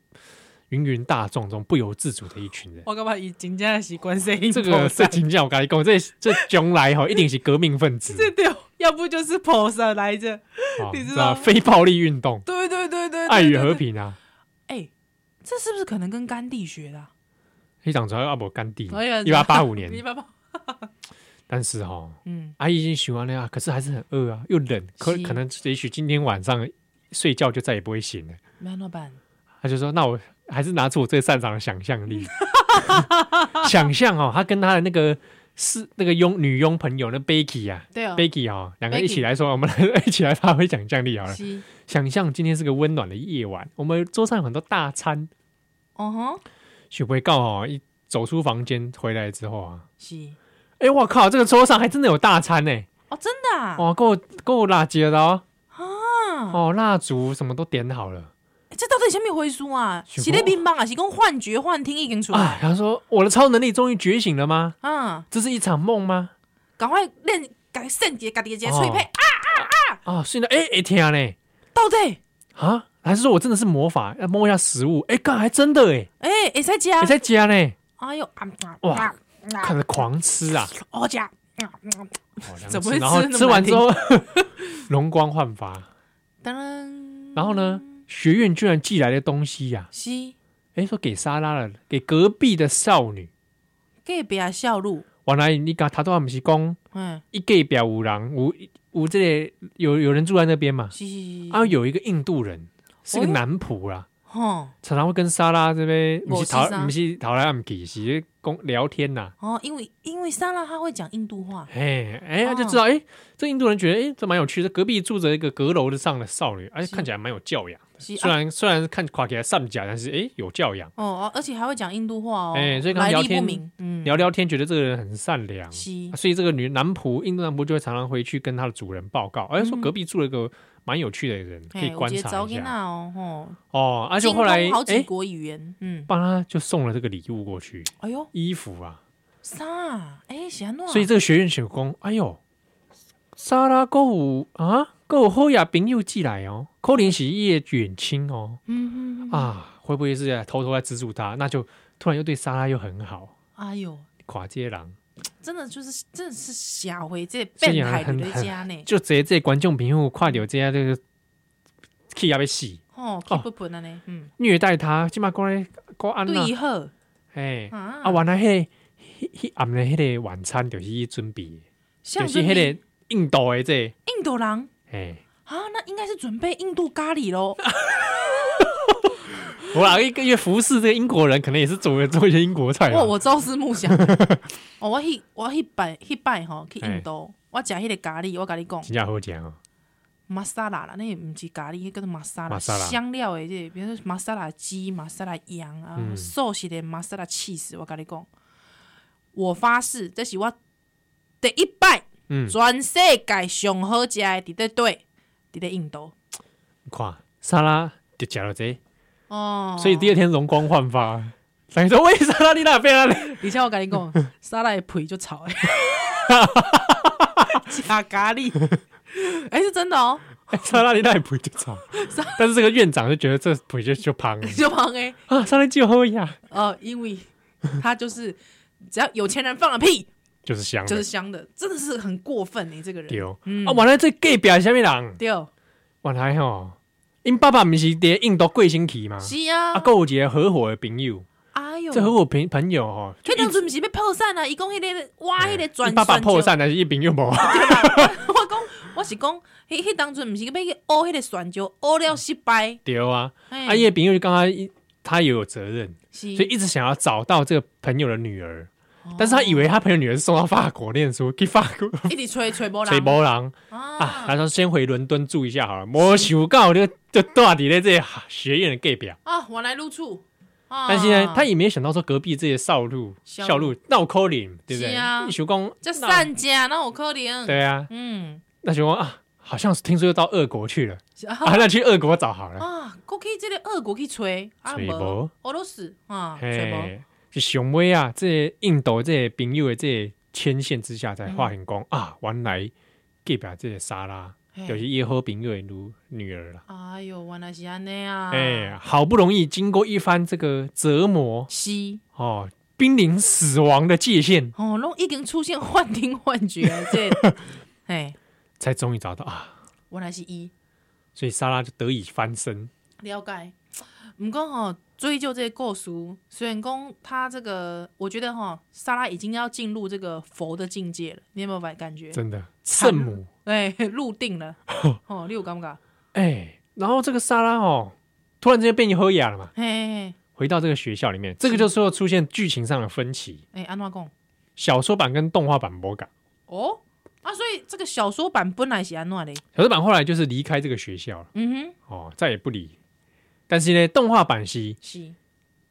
Speaker 2: 芸芸大众中不由自主的一群人。
Speaker 1: 我干嘛以真正是观世音
Speaker 2: 这个
Speaker 1: 这
Speaker 2: 这真正我跟你讲，这这将来哈一定是革命分子，
Speaker 1: 这对，要不就是菩萨来着。
Speaker 2: 哦
Speaker 1: [LAUGHS] 你知
Speaker 2: 吧
Speaker 1: 道
Speaker 2: 非暴力运动。
Speaker 1: 对对对对，对
Speaker 2: 爱与和。平啊，
Speaker 1: 对对哎，这是不是可能跟甘地学的啊？
Speaker 2: 黑长主要阿伯甘啊地，
Speaker 1: 哎呀
Speaker 2: 一八八五
Speaker 1: 你 [LAUGHS]
Speaker 2: 年。
Speaker 1: 爸爸，
Speaker 2: 但是哈，
Speaker 1: 嗯，
Speaker 2: 阿姨已经喜欢了呀，可是还是很饿啊，又冷，可
Speaker 1: 是
Speaker 2: 可能也许今天晚上睡觉就再也不会醒了。
Speaker 1: 没老板，
Speaker 2: 他就说：“那我还是拿出我最擅长的想象力， [LAUGHS] 想象哦，他跟他的那个是那个佣女佣朋友那 Becky 啊
Speaker 1: 对哦，
Speaker 2: ，Becky 哦，两个一
Speaker 1: Becky
Speaker 2: 起来说，我 [LAUGHS] 们来一起来发挥想象力好了。
Speaker 1: 西，
Speaker 2: 想象今天是个温暖的夜晚，我们桌上有很多大餐，
Speaker 1: 哦哼，
Speaker 2: 许不会告哦，一走出房间回来之后啊，
Speaker 1: 西，
Speaker 2: 哎、我靠，这个桌上还真的有大餐呢、
Speaker 1: 哦，真的啊，
Speaker 2: 哦，够够辣姐的哦，
Speaker 1: 啊，
Speaker 2: 哦，蜡烛什么都点好了。
Speaker 1: 哎这到底什么回事啊？
Speaker 2: 想
Speaker 1: 是咧乒乓啊？是讲幻觉、幻听已经出
Speaker 2: 哎
Speaker 1: 来，
Speaker 2: 他说我的超能力终于觉醒了吗？
Speaker 1: 嗯。
Speaker 2: 这是一场梦吗？
Speaker 1: 赶快练，改圣洁，家己
Speaker 2: 哦
Speaker 1: 的一个脆配、啊！
Speaker 2: 啊，现在哎哎天啊嘞
Speaker 1: 到底，
Speaker 2: 啊，还是说我真的是魔法？要摸一下食物，哎、干还真的哎、
Speaker 1: 哎、欸，会使食，
Speaker 2: 你在家嘞，
Speaker 1: 哎呦，啊啊
Speaker 2: 哇
Speaker 1: 啊
Speaker 2: 看着狂吃啊，
Speaker 1: 我食，啊啊
Speaker 2: 哦
Speaker 1: [LAUGHS] 怎么会
Speaker 2: 然后
Speaker 1: 吃得
Speaker 2: 吃完之
Speaker 1: 那
Speaker 2: 后 [LAUGHS] 容光焕发，
Speaker 1: 当然，
Speaker 2: 然后呢，
Speaker 1: 嗯
Speaker 2: 学院居然寄来的东西呀、啊，
Speaker 1: 是
Speaker 2: 哎、说给莎拉了，给隔壁的少女。
Speaker 1: 隔壁的小路，
Speaker 2: 原来你讲他都还不是讲。
Speaker 1: 嗯，
Speaker 2: 一隔壁有人，有有这个有有人住在那边嘛？
Speaker 1: 是是是，
Speaker 2: 啊，有一个印度人是个男仆啦，
Speaker 1: 吼、
Speaker 2: 常常会跟莎拉这边
Speaker 1: 没
Speaker 2: 不
Speaker 1: 事
Speaker 2: 是讨
Speaker 1: 啥
Speaker 2: 不是讨来暗记，是公聊天呐。
Speaker 1: 哦，因为因为莎拉她会讲印度话，
Speaker 2: 哎哎，他
Speaker 1: 哦
Speaker 2: 就知道哎，这印度人觉得哎这蛮有趣的，隔壁住着一个阁楼的上的少女，哎
Speaker 1: 是
Speaker 2: 看起来蛮有教养，
Speaker 1: 是
Speaker 2: 虽
Speaker 1: 啊，
Speaker 2: 然虽然看垮起来上假，但是哎有教养，
Speaker 1: 哦，而且还会讲印度话哦，
Speaker 2: 哎所以跟她
Speaker 1: 来
Speaker 2: 聊
Speaker 1: 历不
Speaker 2: 天
Speaker 1: 明，嗯，
Speaker 2: 聊聊天觉得这个人很善良。
Speaker 1: 是
Speaker 2: 啊所以这个女男仆，印度男仆就会常常回去跟他的主人报告，哎，说
Speaker 1: 嗯
Speaker 2: 隔壁住了一个蛮有趣的人，可以
Speaker 1: 嘿，我
Speaker 2: 观
Speaker 1: 觉得
Speaker 2: 察
Speaker 1: 早
Speaker 2: 一下
Speaker 1: 跟。那哦，吼，
Speaker 2: 哦，而且
Speaker 1: 精
Speaker 2: 后来
Speaker 1: 通好
Speaker 2: 哎
Speaker 1: 几，国语言，嗯，
Speaker 2: 帮他就送了这个礼物过去，
Speaker 1: 哎呦，
Speaker 2: 衣服啊，
Speaker 1: 啥啊？哎、是安怎样？
Speaker 2: 所以这个学院选工，哎呦，莎拉购物啊，购物后呀，朋友寄来哦，扣林是一夜远亲哦，
Speaker 1: 嗯嗯，嗯
Speaker 2: 啊，会不会是在偷偷在资助他？那就突然又对莎拉又很好，
Speaker 1: 哎呦。
Speaker 2: 垮街狼
Speaker 1: 真的就是真的是下回这
Speaker 2: 所
Speaker 1: 变
Speaker 2: 以
Speaker 1: 态
Speaker 2: 很
Speaker 1: 的家呢，
Speaker 2: 就直接这观众朋友快点这样这个气压被死，
Speaker 1: 哦，气不本啊呢，嗯，
Speaker 2: 虐待他，起码过来过安
Speaker 1: 对
Speaker 2: 啦，
Speaker 1: 以后
Speaker 2: 哎，啊，
Speaker 1: 啊，
Speaker 2: 原来迄、那个迄迄暗的迄个晚餐就是伊准备的。
Speaker 1: 像
Speaker 2: 就是
Speaker 1: 准
Speaker 2: 迄
Speaker 1: 备
Speaker 2: 个印度的这
Speaker 1: 印度人
Speaker 2: 哎、
Speaker 1: 啊，那应该是准备印度咖喱喽，
Speaker 2: 我我啦一个月服侍这个英国人，可能也是做了做一些英国菜啦。
Speaker 1: 哇，
Speaker 2: 啊
Speaker 1: 我朝思暮
Speaker 2: [LAUGHS]
Speaker 1: 想，哦，我去我去拜去拜吼去印度，我食迄个咖喱，我甲你讲，
Speaker 2: 真正好讲哦，
Speaker 1: 玛莎拉啦，那毋是咖喱，迄叫做玛莎拉
Speaker 2: masala
Speaker 1: 香料的这个，比如说玛莎拉鸡、玛莎拉羊啊，
Speaker 2: 嗯
Speaker 1: 寿司的玛莎拉 cheese，我甲你讲，我发誓，这是我第一拜。
Speaker 2: 嗯，
Speaker 1: 全世界上好食的伫咧对，伫咧印度。
Speaker 2: 你看莎拉就吃了这
Speaker 1: 哦，
Speaker 2: 所以第二天容光焕发。等于说，为莎拉你那
Speaker 1: [LAUGHS]
Speaker 2: 边啊？
Speaker 1: 而且我甲你讲，
Speaker 2: [LAUGHS]
Speaker 1: 沙拉的 [LAUGHS] 皮就臭诶，食咖喱，哎、是真的哦，
Speaker 2: 莎拉你那不就吵？但是这个院长就觉得这不就就胖了
Speaker 1: [LAUGHS] 就哦旁诶，
Speaker 2: 啊！莎拉就好呀，
Speaker 1: 呃，因为他就是只要有钱人放了屁，
Speaker 2: 就是香的，
Speaker 1: 就是香的，真的是很过分你、这个人。
Speaker 2: 丢。
Speaker 1: 嗯
Speaker 2: 啊，原来这 gay 表下面人，
Speaker 1: 对，哦
Speaker 2: 原来吼，因爸爸不是伫印度过星期嘛，
Speaker 1: 是啊
Speaker 2: 啊，，还有一个合伙的朋友，
Speaker 1: 哎呦，
Speaker 2: 这合伙朋朋友吼，
Speaker 1: 迄当阵毋是要破产啊，伊讲迄个挖迄个
Speaker 2: 哎他
Speaker 1: 转
Speaker 2: 爸爸破，产，但是一朋友无，
Speaker 1: 旋石啊我讲我是讲，迄迄当阵毋是要去挖迄个泉州，挖了失败，
Speaker 2: 丢啊，啊，
Speaker 1: 哎
Speaker 2: 伊的朋友就刚刚他也有责任，
Speaker 1: 是哦
Speaker 2: 所以一直想要找到这个朋友的女儿，但是他以为他朋友女儿是送到法国念书，去法国
Speaker 1: 一直吹吹波浪，
Speaker 2: 吹波浪啊，
Speaker 1: 啊
Speaker 2: 他说先回伦敦住一下好了，没想到就就住伫咧这个学院的 gay 表。
Speaker 1: 啊，原来入处，啊
Speaker 2: 但是呢，他也没想到说隔壁这些少路
Speaker 1: 小
Speaker 2: 校路闹扣脸，对不
Speaker 1: 是
Speaker 2: 对？
Speaker 1: 啊
Speaker 2: 熊公
Speaker 1: 这善家那有可能，
Speaker 2: 对啊，
Speaker 1: 嗯，
Speaker 2: 那熊公啊，好像是听说又到俄国去了
Speaker 1: 是
Speaker 2: 啊，
Speaker 1: 啊，
Speaker 2: 那去俄国找好了。
Speaker 1: 啊，过去这个俄国去吹，啊
Speaker 2: 吹
Speaker 1: 无
Speaker 2: 波
Speaker 1: 俄罗斯啊，吹波，
Speaker 2: 嘿，是熊威啊，这些印度这些朋友的这些牵线之下才发现讲啊，原来隔壁这些莎拉
Speaker 1: 嗯嘿
Speaker 2: 就是耶和朋友的女女儿了。
Speaker 1: 哎呦，原来是安尼啊，
Speaker 2: 哎，好不容易经过一番这个折磨
Speaker 1: 是。
Speaker 2: 哦，濒临死亡的界限，
Speaker 1: 哦，拢已经出现幻听幻觉了，这
Speaker 2: [LAUGHS]
Speaker 1: 个，哎，
Speaker 2: 才终于找到啊，
Speaker 1: 原来是一
Speaker 2: 所以莎拉就得以翻身。
Speaker 1: 了解。毋过吼，追究这个故事，虽然讲他这个，我觉得哈，莎拉已经要进入这个佛的境界了，你有没有感感觉？
Speaker 2: 真的圣母
Speaker 1: 哎，入定
Speaker 2: [LAUGHS]
Speaker 1: 了，哦，你有感觉？
Speaker 2: 哎、然后这个莎拉哦，突然之间变你喝哑了嘛，
Speaker 1: 嘿嘿，
Speaker 2: 回到这个学校里面，这个就是说出现剧情上的分歧，
Speaker 1: 嘿哎，安怎讲？
Speaker 2: 小说版跟动画版播感。
Speaker 1: 哦，啊，所以这个小说版本来是安怎的？
Speaker 2: 小说版后来就是离开这个学校了，
Speaker 1: 嗯哼，
Speaker 2: 哦，再也不理。但是呢，动画版是
Speaker 1: 是，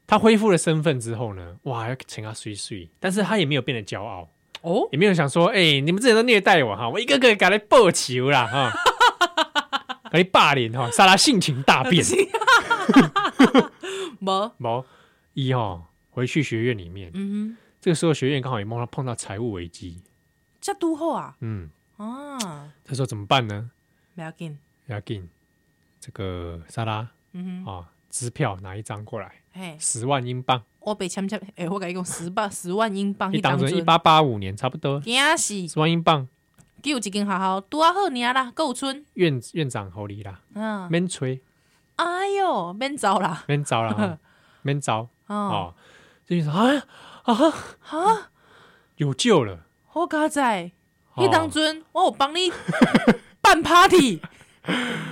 Speaker 2: 他恢复了身份之后呢，哇，要请他碎碎，但是他也没有变得骄傲，
Speaker 1: 哦，
Speaker 2: 也没有想说，哎、你们之前都虐待我哈，我一个个给他报仇啦哈，给你霸凌哈，莎拉性情大变，
Speaker 1: [LAUGHS] 无，
Speaker 2: 毛一哈回去学院里面，
Speaker 1: 嗯哼，
Speaker 2: 这个时候学院刚好也碰到碰到财务危机，
Speaker 1: 这拄好啊，
Speaker 2: 嗯，
Speaker 1: 啊，
Speaker 2: 这时候怎么办呢？
Speaker 1: 不要紧，
Speaker 2: 要进这个莎拉啊、
Speaker 1: 嗯哼，
Speaker 2: 支票拿一张过来，
Speaker 1: 嘿。
Speaker 2: 十万英镑，
Speaker 1: 我被签签，诶、我甲伊讲十八十万英镑，
Speaker 2: 一
Speaker 1: 迄当
Speaker 2: 当成
Speaker 1: 阵
Speaker 2: 一八八五年差不多，
Speaker 1: 惊死，
Speaker 2: 十万英镑，
Speaker 1: 只有一间学校拄啊好尔啦，够村，
Speaker 2: 院院长侯离啦，
Speaker 1: 嗯，
Speaker 2: 免吹
Speaker 1: 哎哟，免走啦，
Speaker 2: 免招啦，
Speaker 1: [LAUGHS]
Speaker 2: 哈免招
Speaker 1: 哦，
Speaker 2: 哦，这就说啊啊
Speaker 1: 哈，
Speaker 2: 有救了，
Speaker 1: 好佳哉，
Speaker 2: 哦
Speaker 1: 迄当阵我有帮你 [LAUGHS] 办 party，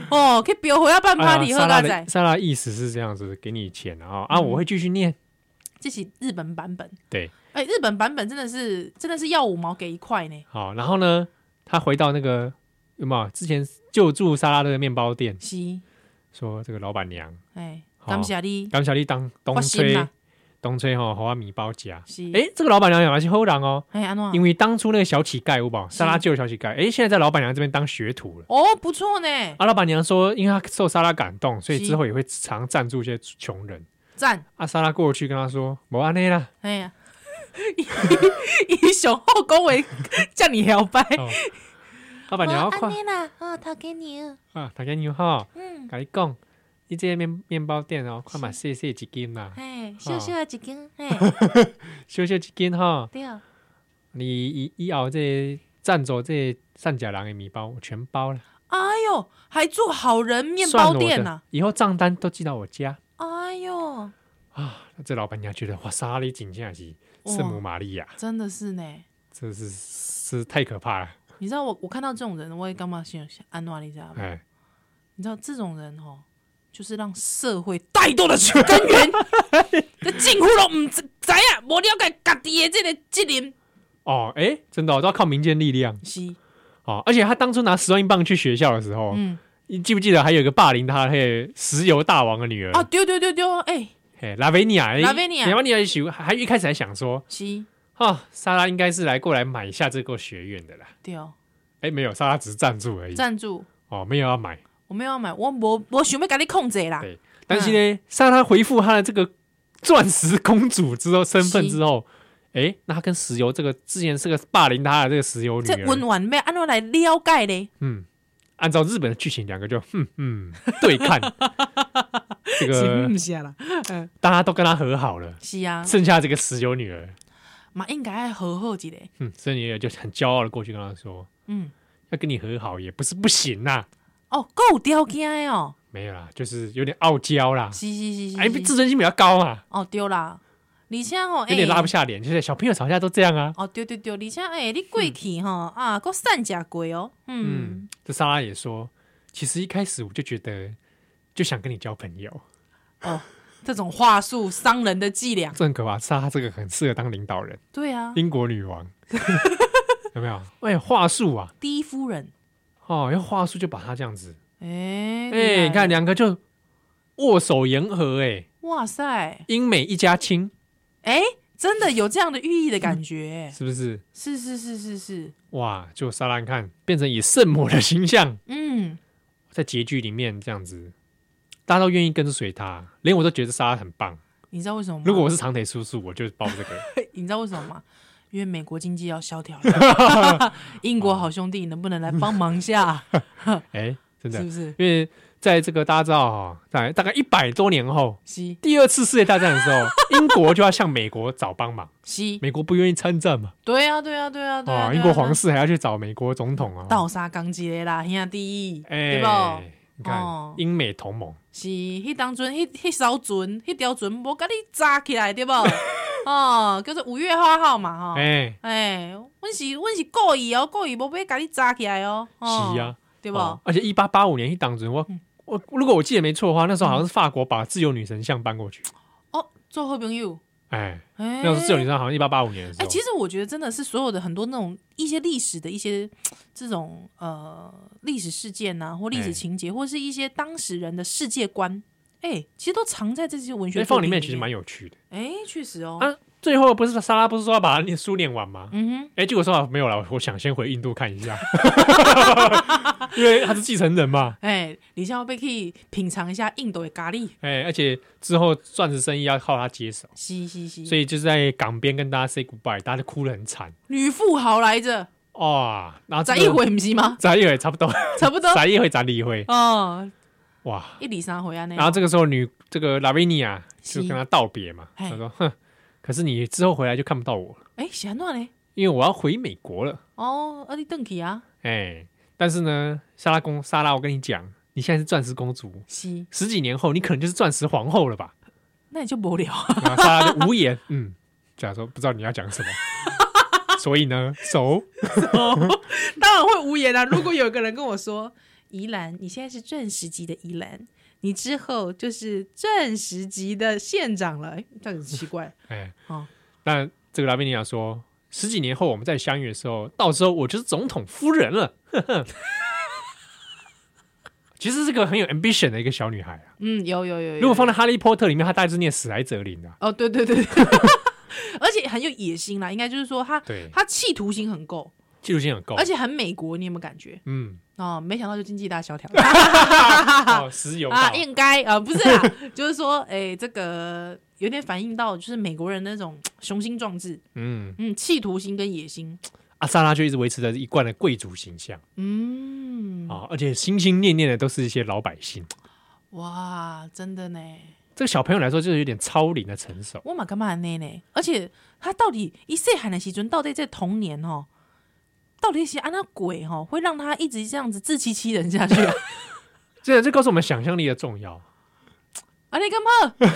Speaker 1: 哦，去庙会啊办 party，好
Speaker 2: 莎拉
Speaker 1: 佳
Speaker 2: 的
Speaker 1: 哉，
Speaker 2: 莎拉的意思是这样子，给你钱
Speaker 1: 嗯
Speaker 2: 啊啊，我会继续念，
Speaker 1: 这是日本版本，
Speaker 2: 对，
Speaker 1: 哎、日本版本真的是真的是要五毛给一块呢，
Speaker 2: 好，哦然后呢，他回到那个有没有之前救助莎拉的面包店，
Speaker 1: 是，
Speaker 2: 说这个老板娘
Speaker 1: 哎、
Speaker 2: 好
Speaker 1: 感谢你，
Speaker 2: 感谢你当东
Speaker 1: 我心
Speaker 2: 吹
Speaker 1: 啦，
Speaker 2: 东吹吼和我米包夹。
Speaker 1: 是，嗯哎、
Speaker 2: 诶，这个老板娘也是后人哦，
Speaker 1: 安怎？
Speaker 2: 因为当初那个小乞丐，我宝莎拉救的小乞丐，诶，现在在老板娘这边当学徒了。
Speaker 1: 哦，不错呢，
Speaker 2: 啊，老板娘说，因为她受莎拉感动，所以
Speaker 1: 是
Speaker 2: 之后也会常赞助一些穷人。
Speaker 1: 赞。
Speaker 2: 啊，莎拉过去跟她说，无安内啦，
Speaker 1: 哎 [LAUGHS] 呀，伊上好讲话叫你摇
Speaker 3: [LAUGHS]
Speaker 1: 摆，
Speaker 2: 老板娘要快
Speaker 3: 安尼啦，哦，头给你了，
Speaker 2: 啊，大家牛哈，
Speaker 3: 嗯，
Speaker 2: 跟你讲，你这个面面包店哦，快买细细一斤啦，
Speaker 3: 嘿，小小的一根，
Speaker 2: [LAUGHS]
Speaker 3: 嘿，
Speaker 2: 小小一斤哈。
Speaker 3: 对，
Speaker 2: 你以以后这赞助这善假郎的米包，我全包了。
Speaker 1: 哎呦，还做好人面包店啊
Speaker 2: 呐、
Speaker 1: 呐、
Speaker 2: 以后账单都寄到我家。
Speaker 3: 哎哟，
Speaker 2: 那这老板娘觉得哇，莎莉井下是圣母玛利亚，
Speaker 1: 真的是呢。
Speaker 2: 这是是太可怕了。
Speaker 1: 你知道我我看到这种人，我也干嘛想安暖你知道吗？
Speaker 2: 哎，
Speaker 1: 你知道这种人哦，就是让社会怠惰的根
Speaker 2: [LAUGHS]
Speaker 1: 源，这近乎都唔知知啊，无了解家己的这个责任
Speaker 2: 哦，哎，真的、哦、都要靠民间力量
Speaker 1: 是，
Speaker 2: 哦。而且他当初拿十万英镑去学校的时候，
Speaker 1: 嗯，
Speaker 2: 你记不记得还有一个霸凌他的那个石油大王的女儿
Speaker 1: 啊，？对对对对，哎、
Speaker 2: 哎，拉维尼亚，
Speaker 1: 拉维尼亚
Speaker 2: 拉维尼亚喜欢还一开始还想说，
Speaker 1: 是，
Speaker 2: 哦，莎拉应该是来过来买一下这个学院的啦。
Speaker 1: 对哦，
Speaker 2: 哎，没有，莎拉只是赞助而已。
Speaker 1: 赞助，
Speaker 2: 哦，没有要买。
Speaker 1: 我没有要买，我无我想要给你控制啦
Speaker 2: 对，但是呢，莎拉回复她的这个钻石公主之后身份之后，诶，那她跟石油这个之前是个霸凌她的这个石油女
Speaker 1: 这温
Speaker 2: 儿，
Speaker 1: 婉要安怎来了解呢？
Speaker 2: 嗯，按照日本的剧情，两个
Speaker 1: [LAUGHS]
Speaker 2: 就嗯嗯对看，这个
Speaker 1: 不是啦，啊
Speaker 2: 大家都跟她和好了，
Speaker 1: 是啊，
Speaker 2: 剩下这个石油女儿，
Speaker 1: 嘛应该爱和好一个。
Speaker 2: 嗯，所以你也就很骄傲的过去跟他说，
Speaker 1: 嗯，
Speaker 2: 要跟你和好也不是不行啦，
Speaker 1: 哦，够条件的哦，
Speaker 2: 没有啦，就是有点傲娇啦，
Speaker 1: 是是是
Speaker 2: 哎，
Speaker 1: 是
Speaker 2: 自
Speaker 1: 是，
Speaker 2: 尊心比较高啊，
Speaker 1: 哦对啦，而且吼，
Speaker 2: 有点拉
Speaker 1: 欸
Speaker 2: 不下脸，就是小朋友吵架都这样啊。
Speaker 1: 哦，对对对，而且哎，你过去吼啊，够善食过哦，嗯，
Speaker 2: 嗯，这莎拉也说，其实一开始我就觉得就想跟你交朋友，
Speaker 1: 哦，这种话术伤人的伎俩，
Speaker 2: 这很可怕。莎拉这个很适合当领导人，
Speaker 1: 对啊，
Speaker 2: 英国
Speaker 1: [LAUGHS]
Speaker 2: 女王有没有？哎，话术啊，
Speaker 1: 低夫人，
Speaker 2: 哦，用话术就把她这样子，
Speaker 1: 哎
Speaker 2: 哎，你看，两个就握手言和，哎，
Speaker 1: 哇塞，
Speaker 2: 英美一家亲，
Speaker 1: 哎，真的有这样的寓意的感觉，
Speaker 2: 是不 [LAUGHS] 是？
Speaker 1: 是是是是是，
Speaker 2: 哇，就莎拉你看变成以圣母的形象，
Speaker 1: 嗯，
Speaker 2: 在结局里面这样子，大家都愿意跟随她，连我都觉得莎拉很棒。
Speaker 1: 你知道为什么吗？哎
Speaker 2: 如果我是长腿叔叔，我就报这个。
Speaker 1: 你知道为什么吗？因为美国经济要萧条
Speaker 2: [LAUGHS]
Speaker 1: 了， [LAUGHS] 英国好兄弟能不能来帮忙一下？ [LAUGHS]
Speaker 2: 哎、真的
Speaker 1: 是，不是？
Speaker 2: 因为在这个大家知道哈、在大概一百多年后，
Speaker 1: 西
Speaker 2: 第二次世界大战的时候，英国就要向美国找帮忙，
Speaker 1: 西，
Speaker 2: 美国不愿意参战嘛，哦
Speaker 1: 对啊，对啊，对啊，对啊，
Speaker 2: 英国皇
Speaker 1: 室
Speaker 2: 室还要去找美国总统啊，
Speaker 1: 倒沙钢结啦，兄弟，
Speaker 2: 哎、
Speaker 1: 对吧？
Speaker 2: 你看、
Speaker 1: 哦
Speaker 2: 英美同盟，
Speaker 1: 是，迄当阵，迄迄艘船，迄条船无甲你扎起来，对
Speaker 2: [LAUGHS]
Speaker 1: 无？哦，叫做五月花号嘛，吼。
Speaker 2: 哎、
Speaker 1: 哎，阮是阮是故意哦，故意无要甲你扎起来哦。哦
Speaker 2: 是啊，，
Speaker 1: 对嗯
Speaker 2: 对
Speaker 1: 无？
Speaker 2: 而且一八八五年一党准我。我如果我记得没错的话，那时候好像是法国把自由女神像搬过去，
Speaker 1: 哦，做好朋友。
Speaker 2: 哎、
Speaker 1: 哎，
Speaker 2: 那时候自由女神像好像一八八五年的时
Speaker 1: 哎、
Speaker 2: 候，
Speaker 1: 其实我觉得真的是所有的很多那种一些历史的一些这种呃历史事件呐、或历
Speaker 2: 哎
Speaker 1: 史情节，或是一些当事人的世界观，哎、其实都藏在这些文
Speaker 2: 所
Speaker 1: 学作
Speaker 2: 以哎放
Speaker 1: 品
Speaker 2: 里面
Speaker 1: 面
Speaker 2: 其实蛮有趣的。
Speaker 1: 哎，确、实哦，
Speaker 2: 啊最后不是莎拉不是说要把那书念完吗？
Speaker 1: 嗯
Speaker 2: 哎、结果说啊没有了，我想先回印度看
Speaker 1: [LAUGHS]
Speaker 2: 一下， [LAUGHS] 因为他是继承人嘛。
Speaker 1: 哼，哎、李孝贝可以品尝一下印度的咖喱，
Speaker 2: 哎、而且之后钻石生意要靠他接手，
Speaker 1: 嘻嘻嘻，
Speaker 2: 所以就是在港边跟大家 say goodbye，大家就哭得很惨
Speaker 1: 女富豪来着，
Speaker 2: 哇。然后这
Speaker 1: 咱
Speaker 2: 个
Speaker 1: 一，回不是 [LAUGHS] 吗？
Speaker 2: 咱一回差不多，
Speaker 1: 差不多，
Speaker 2: 咱一回咱一回
Speaker 1: 哦，
Speaker 2: 哇。
Speaker 1: 一里三回啊那
Speaker 2: 然后
Speaker 1: 样，
Speaker 2: 这个时候女这个拉维尼亚
Speaker 1: 是
Speaker 2: 就跟他道别嘛，
Speaker 1: 嘿
Speaker 2: 他说哼，可是你之后回来就看不到我了，
Speaker 1: 哎、是安怎呢？
Speaker 2: 因为我要回美国了。
Speaker 1: 哦，啊，你邓去啊，
Speaker 2: 哎、但是呢，莎拉公莎拉，我跟你讲，你现在是钻石公主，
Speaker 1: 是，
Speaker 2: 十几年后你可能就是钻石皇后了吧？
Speaker 1: 那你就无聊，
Speaker 2: 然后莎拉就无言， [LAUGHS] 嗯，假如说不知道你要讲什么， [LAUGHS] 所以呢，手
Speaker 1: [LAUGHS] 当然会无言啊。如果有个人跟我说：“ [LAUGHS] 宜兰，你现在是钻石级的宜兰，你之后就是钻石级的县长了。”哎，这样很奇怪
Speaker 2: 哎，
Speaker 1: 哦
Speaker 2: 那这个拉贝尼亚说，十几年后我们再相遇的时候，到时候我就是总统夫人了。 [LAUGHS] 呵呵其实是个很有 ambition 的一个小女孩啊。
Speaker 1: [LAUGHS] 嗯，有有有有。
Speaker 2: 如果放在《哈利波特》里面，她大概是念史莱哲林的啊、
Speaker 1: 哦，对对 [LAUGHS] 对对而且很有野心啦。应该就是说他
Speaker 2: 对，
Speaker 1: 他企图心很够，
Speaker 2: 技术性很够
Speaker 1: 而。且很美国，你有没有感觉？
Speaker 2: 嗯，
Speaker 1: 哦，没想到就经济大萧条
Speaker 2: [LAUGHS] 哦，石油
Speaker 1: 啊，
Speaker 2: 岛
Speaker 1: 应该
Speaker 2: [LAUGHS]
Speaker 1: 啊、呃不是啦，就是说，哎，这个有点反映到就是美国人那种雄心壮志，
Speaker 2: 嗯，
Speaker 1: 嗯，企图心跟野心，
Speaker 2: 阿莎拉就一直维持着一贯的贵族形象
Speaker 1: 嗯，
Speaker 2: 啊、而且心心念念的都是一些老百姓。
Speaker 1: 哇，真的呢，
Speaker 2: 这个小朋友来说，就是有点超龄的成熟。
Speaker 1: 我嘛干嘛呢呢？而且他到底一岁喊的时阵，到底这童年哦，到底是安那鬼哦，会让他一直这样子自欺欺人下去
Speaker 2: [LAUGHS]
Speaker 1: 啊？
Speaker 2: 这这告诉我们想象力的重要。
Speaker 1: 啊，你干嘛？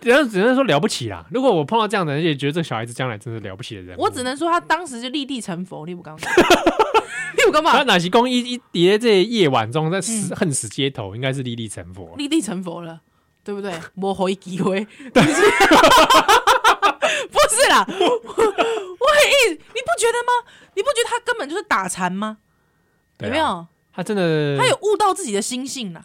Speaker 2: 只能只能说了不起啦。如果我碰到这样的人，也觉得这个小孩子将来真是了不起的人物。
Speaker 1: 我只能说他当时就立地成佛，你不
Speaker 2: [LAUGHS]
Speaker 1: 刚，你不干
Speaker 2: 他
Speaker 1: 嘛？
Speaker 2: 哪西公一一叠这夜晚中在死、恨死街头，应该是历历成佛。
Speaker 1: 立地成佛了，对
Speaker 2: [LAUGHS]
Speaker 1: 不对？没回机会， [LAUGHS] 不是不是啦，我我很一，你不觉得吗？你不觉得他根本就是打禅吗？
Speaker 2: 对啊
Speaker 1: 有没有？
Speaker 2: 他真的，
Speaker 1: 他有悟到自己的心性啦。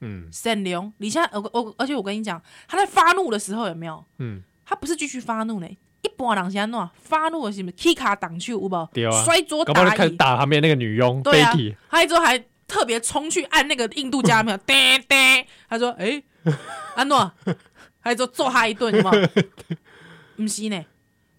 Speaker 2: 嗯
Speaker 1: 沈流，你现在呃我我而且我跟你讲，他在发怒的时候有没有？
Speaker 2: 嗯，
Speaker 1: 他不是继续发怒呢？一般人是安怎发怒的是什么？踢卡挡去有无？
Speaker 2: 对啊
Speaker 1: 摔桌
Speaker 2: 搞不好
Speaker 1: 打
Speaker 2: 就开始
Speaker 1: 椅，
Speaker 2: 打旁边那个女佣
Speaker 1: 对啊
Speaker 2: Betty，、
Speaker 1: 他一之后还特别冲去按那个印度家有没
Speaker 2: [LAUGHS]
Speaker 1: 有？叮叮，他说：“哎、安怎？”他一之后揍他一顿，有没有？不是呢，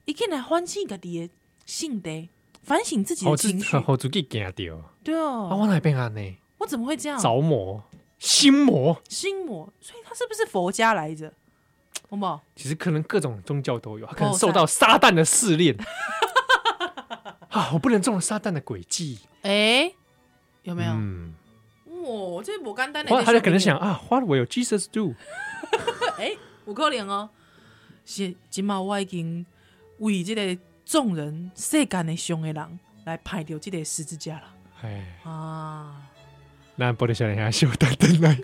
Speaker 1: 伊竟然反省家己的性地，反省自己
Speaker 2: 好
Speaker 1: 的
Speaker 2: 哦自
Speaker 1: 情绪。
Speaker 2: 好自己惊掉。啊，
Speaker 1: 对哦，
Speaker 2: 我哪边安呢？
Speaker 1: 我怎么会这样？
Speaker 2: 着魔心魔，
Speaker 1: 心魔，所以他是不是佛家来着？好不好？
Speaker 2: 其实可能各种宗教都有，他可能
Speaker 1: 哦
Speaker 2: 受到撒旦的试
Speaker 1: [LAUGHS]
Speaker 2: 炼。啊，我不能中了撒旦的诡计，
Speaker 1: 哎、有没有？哇、
Speaker 2: 嗯，
Speaker 1: 这不简单的。
Speaker 2: 花他就可能想，啊，What will Jesus do？
Speaker 1: 哎、有可能哦。是，今嘛我已经为这个众人世间的上的人来拍掉这个十字架了
Speaker 2: 哎，
Speaker 1: 啊！
Speaker 2: 那波多小人还是有等等来。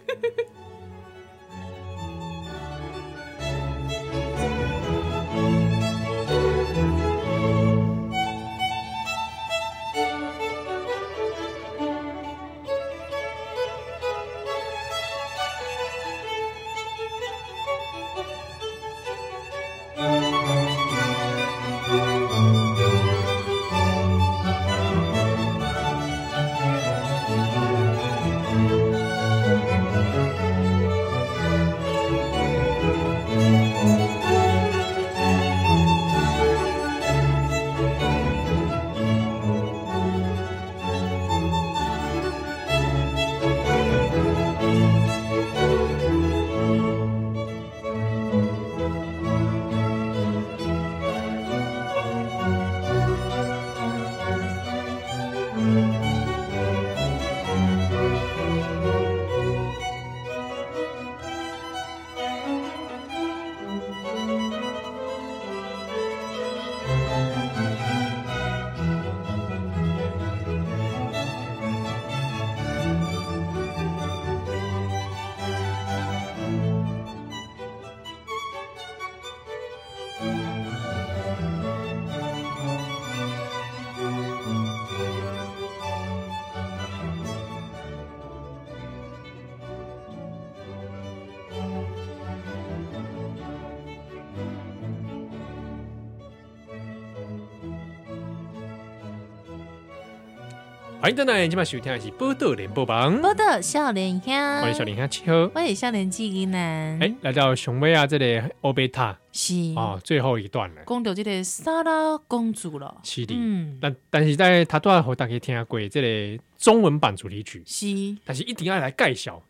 Speaker 2: 欢迎回来，今晚收听的是波多联播榜，
Speaker 3: 我的笑脸呀，
Speaker 2: 欢迎小林下七号。
Speaker 3: 我是笑脸记忆男，
Speaker 1: 嗯
Speaker 2: 哎，来到熊威亚这里欧贝塔
Speaker 1: 是
Speaker 2: 啊，最后一段了，
Speaker 1: 讲到这个莎拉公主了，
Speaker 2: 七里。
Speaker 1: 嗯，
Speaker 2: 但但是在他都要和大家听下过这个中文版主题曲，
Speaker 1: 是，
Speaker 2: 但是一定要来介绍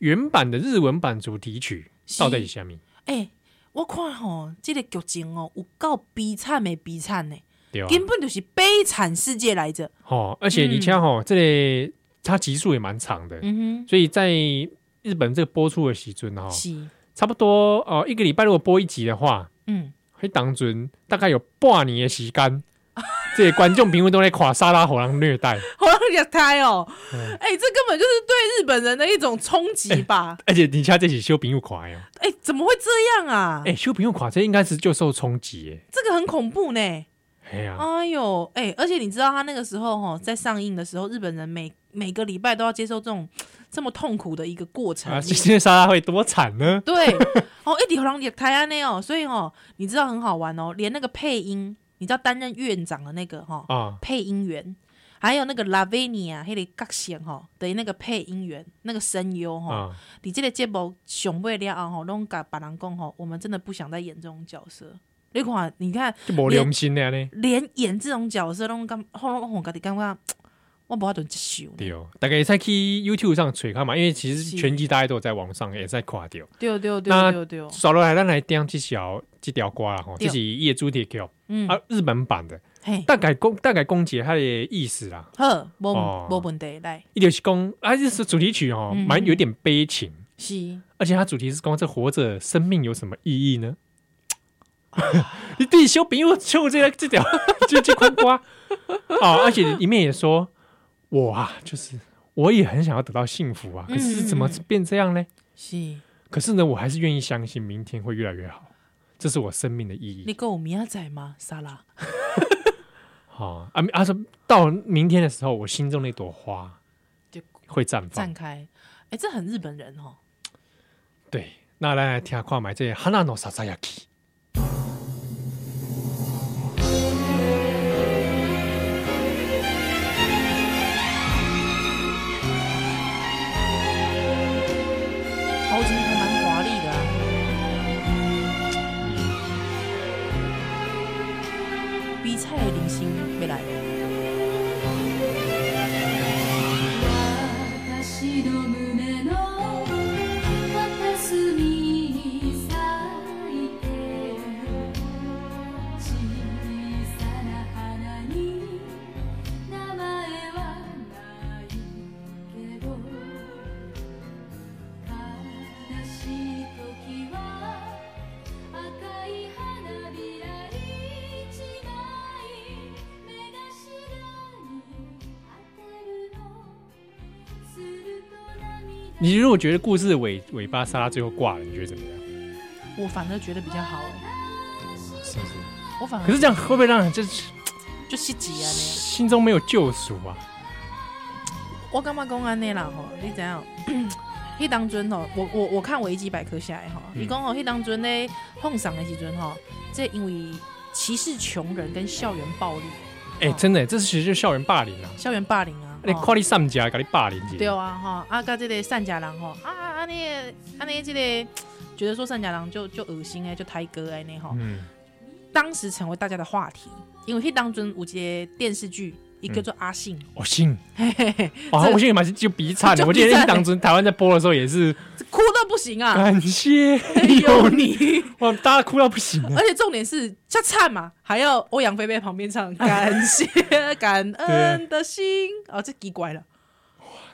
Speaker 2: 原版的日文版主题曲
Speaker 1: 是
Speaker 2: 到底是什么？
Speaker 1: 哎、我看吼、这个剧情哦，有够悲惨的悲惨呢，
Speaker 2: 对吧？啊
Speaker 1: 根本就是悲惨世界来着。
Speaker 2: 哦，而且
Speaker 1: 嗯
Speaker 2: 你像哦，这里它集数也蛮长的，
Speaker 1: 嗯
Speaker 2: 所以在日本这个播出的时阵哦
Speaker 1: 哼，，是，
Speaker 2: 差不多哦、呃一个礼拜如果播一集的话，
Speaker 1: 嗯，
Speaker 2: 会当准大概有半年的时
Speaker 1: [LAUGHS]
Speaker 2: 间，这些观众评论都在垮沙拉火狼虐待，
Speaker 1: 好让人家猜哦，
Speaker 2: 嗯
Speaker 1: 哎、这根本就是对日本人的一种冲击吧？
Speaker 2: 而且你像这起修评又垮呀，
Speaker 1: 哎、怎么会这样啊？
Speaker 2: 哎、修评又垮，这应该是就受冲击耶，
Speaker 1: 这个很恐怖呢。
Speaker 2: 哎呀、
Speaker 1: 哎呦，哎、而且你知道他那个时候哈、在上映的时候，日本人每每个礼拜都要接受这种这么痛苦的一个过程。
Speaker 2: 啊，今天沙拉会多惨呢？
Speaker 1: 对，哦，一直让也台安那哦，所以哦，你知道很好玩哦，连那个配音，你知道担任院长的那个哈、
Speaker 2: 啊，
Speaker 1: 配音员，还有那个 Lavinia 那个角色哈的那个配音员，那个声优哈，
Speaker 2: 啊，
Speaker 1: 你这个节目上尾了后吼，拢甲别人讲吼，我们真的不想再演这种角色。你看，你看，
Speaker 2: 就无良心的呢。
Speaker 1: 连演这种角色拢感，后拢我家己感觉，我无法度接受。
Speaker 2: 对，哦大概在去 YouTube 上垂看嘛，因为其实
Speaker 1: 是
Speaker 2: 拳击大家都有在网上也在垮掉。
Speaker 1: 对对
Speaker 2: 那
Speaker 1: 对对对，
Speaker 2: 少落来，咱来点这条这条歌啦吼，
Speaker 1: 对
Speaker 2: 这是业主的歌
Speaker 1: 嗯，
Speaker 2: 啊，日本版的，
Speaker 1: 嘿，
Speaker 2: 大概攻大概攻击它的意思啦。
Speaker 1: 好，无
Speaker 2: 哦
Speaker 1: 无问题，来，
Speaker 2: 一就是讲，啊，这是主题曲哦，
Speaker 1: 嗯
Speaker 2: 蛮有点悲情，
Speaker 1: 是，
Speaker 2: 而且它主题是讲这活着生命有什么意义
Speaker 1: [LAUGHS]
Speaker 2: 呢？你对小朋友就这这条 [LAUGHS] 就这款瓜啊，而且里面也说，我啊，就是我也很想要得到幸福啊，可是怎
Speaker 1: 嗯
Speaker 2: 么
Speaker 1: 嗯嗯
Speaker 2: 变这样呢？
Speaker 1: 是，
Speaker 2: 可是呢，我还是愿意相信明天会越来越好，这是我生命的意
Speaker 1: 你
Speaker 2: 义。
Speaker 1: 还有明仔载吗？莎拉，
Speaker 2: 好啊，啊说到明天的时候，我心中那朵花
Speaker 1: 就
Speaker 2: 会绽放
Speaker 1: 站。开，哎，这很日本人哦。
Speaker 2: 对，那来来听看买这哈娜诺萨萨亚基。
Speaker 1: 豪情还蛮华丽的、啊。比赛的铃声要来了，
Speaker 4: 私の胸の片隅にさよ
Speaker 2: 你如果觉得故事的尾尾巴莎拉最后挂了，你觉得怎么样？
Speaker 1: 我反而觉得比较好哎、
Speaker 2: 是不是？
Speaker 1: 我反而
Speaker 2: 可是这样会不会让人就是
Speaker 1: 就失职啊你。
Speaker 2: 心中没有救赎
Speaker 1: 哦
Speaker 2: 啊？
Speaker 1: 我感觉讲安尼啦吼，你知影？ [COUGHS] 迄当阵吼，我我我看维基百科下来吼，
Speaker 2: 嗯
Speaker 1: 伊讲吼，迄当阵咧碰上的时阵吼，这因为歧视穷人跟校园暴力、
Speaker 2: 哎、
Speaker 1: 哦
Speaker 2: 真的，这其实就是校园霸凌啊！
Speaker 1: 校园霸凌啊，
Speaker 2: 你
Speaker 1: 吼
Speaker 2: 夸你上家，给你霸凌一下
Speaker 1: 对啊，哈啊，甲这个善假郎吼，啊啊尼啊尼这个觉得说善假郎就就恶心哎，就抬哥哎呢吼，
Speaker 2: 嗯，
Speaker 1: 当时成为大家的话题，因为迄当中有一个电视剧，一个
Speaker 2: 嗯
Speaker 1: 叫做阿信，[LAUGHS]
Speaker 2: 我信，
Speaker 1: 嘿嘿嘿，
Speaker 2: 啊，
Speaker 1: 这
Speaker 2: 我信，马上就比惨了。
Speaker 1: 就
Speaker 2: 我
Speaker 1: 比
Speaker 2: 记得
Speaker 1: 惨
Speaker 2: 那当初台湾在播的时候也是，
Speaker 1: 这哭到不行啊，
Speaker 2: 感谢
Speaker 1: [LAUGHS] 有
Speaker 2: 有你，
Speaker 1: 你，
Speaker 2: 哇，大家哭到不行啊了。
Speaker 1: 而且重点是叫灿嘛，还要欧阳菲菲旁边唱感谢
Speaker 2: [LAUGHS]
Speaker 1: 感恩的心，哦，这奇怪了。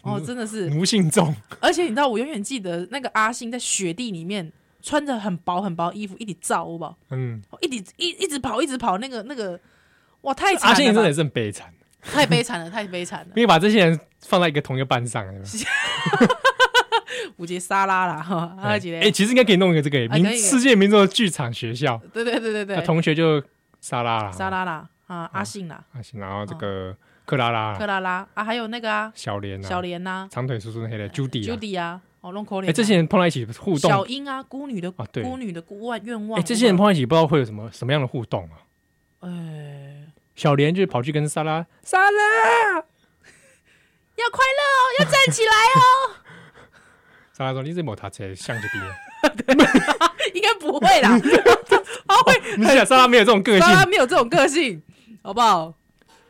Speaker 1: 哦，真的是，
Speaker 2: 奴性重，
Speaker 1: 而且你知道，我永远记得那个阿信在雪地里面穿着很薄很薄衣服，一直照，好不好？
Speaker 2: 嗯，
Speaker 1: 哦一直一一直跑，一直跑，那个那个，哇，太惨啊
Speaker 2: 阿信
Speaker 1: 了
Speaker 2: 真
Speaker 1: 吧，
Speaker 2: 的是很悲惨，
Speaker 1: 太悲惨了，太悲惨了。
Speaker 2: 因为把这些人放在一个同一个班上，有没有
Speaker 1: 五节沙拉啦，哈，还有几
Speaker 2: 哎，其实应该可以弄一个这个
Speaker 1: 啊可以可
Speaker 2: 名
Speaker 1: 以
Speaker 2: 世界名作剧场学校，
Speaker 1: 对对对对
Speaker 2: 那
Speaker 1: 对，
Speaker 2: 同学就莎拉啦，
Speaker 1: 沙拉啦，啊，阿信啦，
Speaker 2: 啊，行，然后这个克拉拉
Speaker 1: 克拉
Speaker 2: 啦、
Speaker 1: 拉啊，还有那个啊，
Speaker 2: 小莲啊、
Speaker 1: 小莲呐
Speaker 2: 长腿叔叔那些的 Judy 啊，
Speaker 1: ，Judy 啊，哦，弄口
Speaker 2: 哎，
Speaker 1: 脸，
Speaker 2: 这些人碰在一起互动，
Speaker 1: 小英啊，孤女的
Speaker 2: 啊对
Speaker 1: 孤女的孤万愿望，
Speaker 2: 哎，这些人碰在一起不知道会有什么什么样的互动啊？
Speaker 1: 哎，
Speaker 2: 小莲就跑去跟莎拉，莎拉，
Speaker 1: 要快乐哦，要 [LAUGHS] 站起来
Speaker 2: [LAUGHS]
Speaker 1: 哦，
Speaker 2: 莎拉说你这么他才像这
Speaker 1: [LAUGHS]
Speaker 2: 边，
Speaker 1: 应该不会啦，啊会，
Speaker 2: 你想莎拉没有这种个性
Speaker 1: 莎，拉没有这种个性，好不好？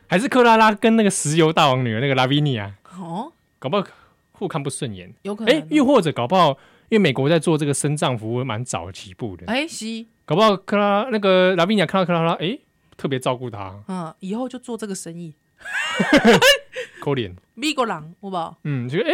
Speaker 2: 还是克拉拉跟那个石油大王女儿那个拉维尼啊，
Speaker 1: 哦，
Speaker 2: 搞不好互看不顺眼。
Speaker 1: 有可
Speaker 2: 哎，
Speaker 1: 能
Speaker 2: 又
Speaker 1: 哦，
Speaker 2: 或者搞不好，因为美国在做这个身障服务蛮早起步的，
Speaker 1: 哎，西，
Speaker 2: 搞不好克拉那个拉维尼亚看到克拉拉，哎，特别照顾她，
Speaker 1: 嗯，以后就做这个生意，
Speaker 2: 抠脸，
Speaker 1: 美国人，好不好？
Speaker 2: 嗯，觉得哎，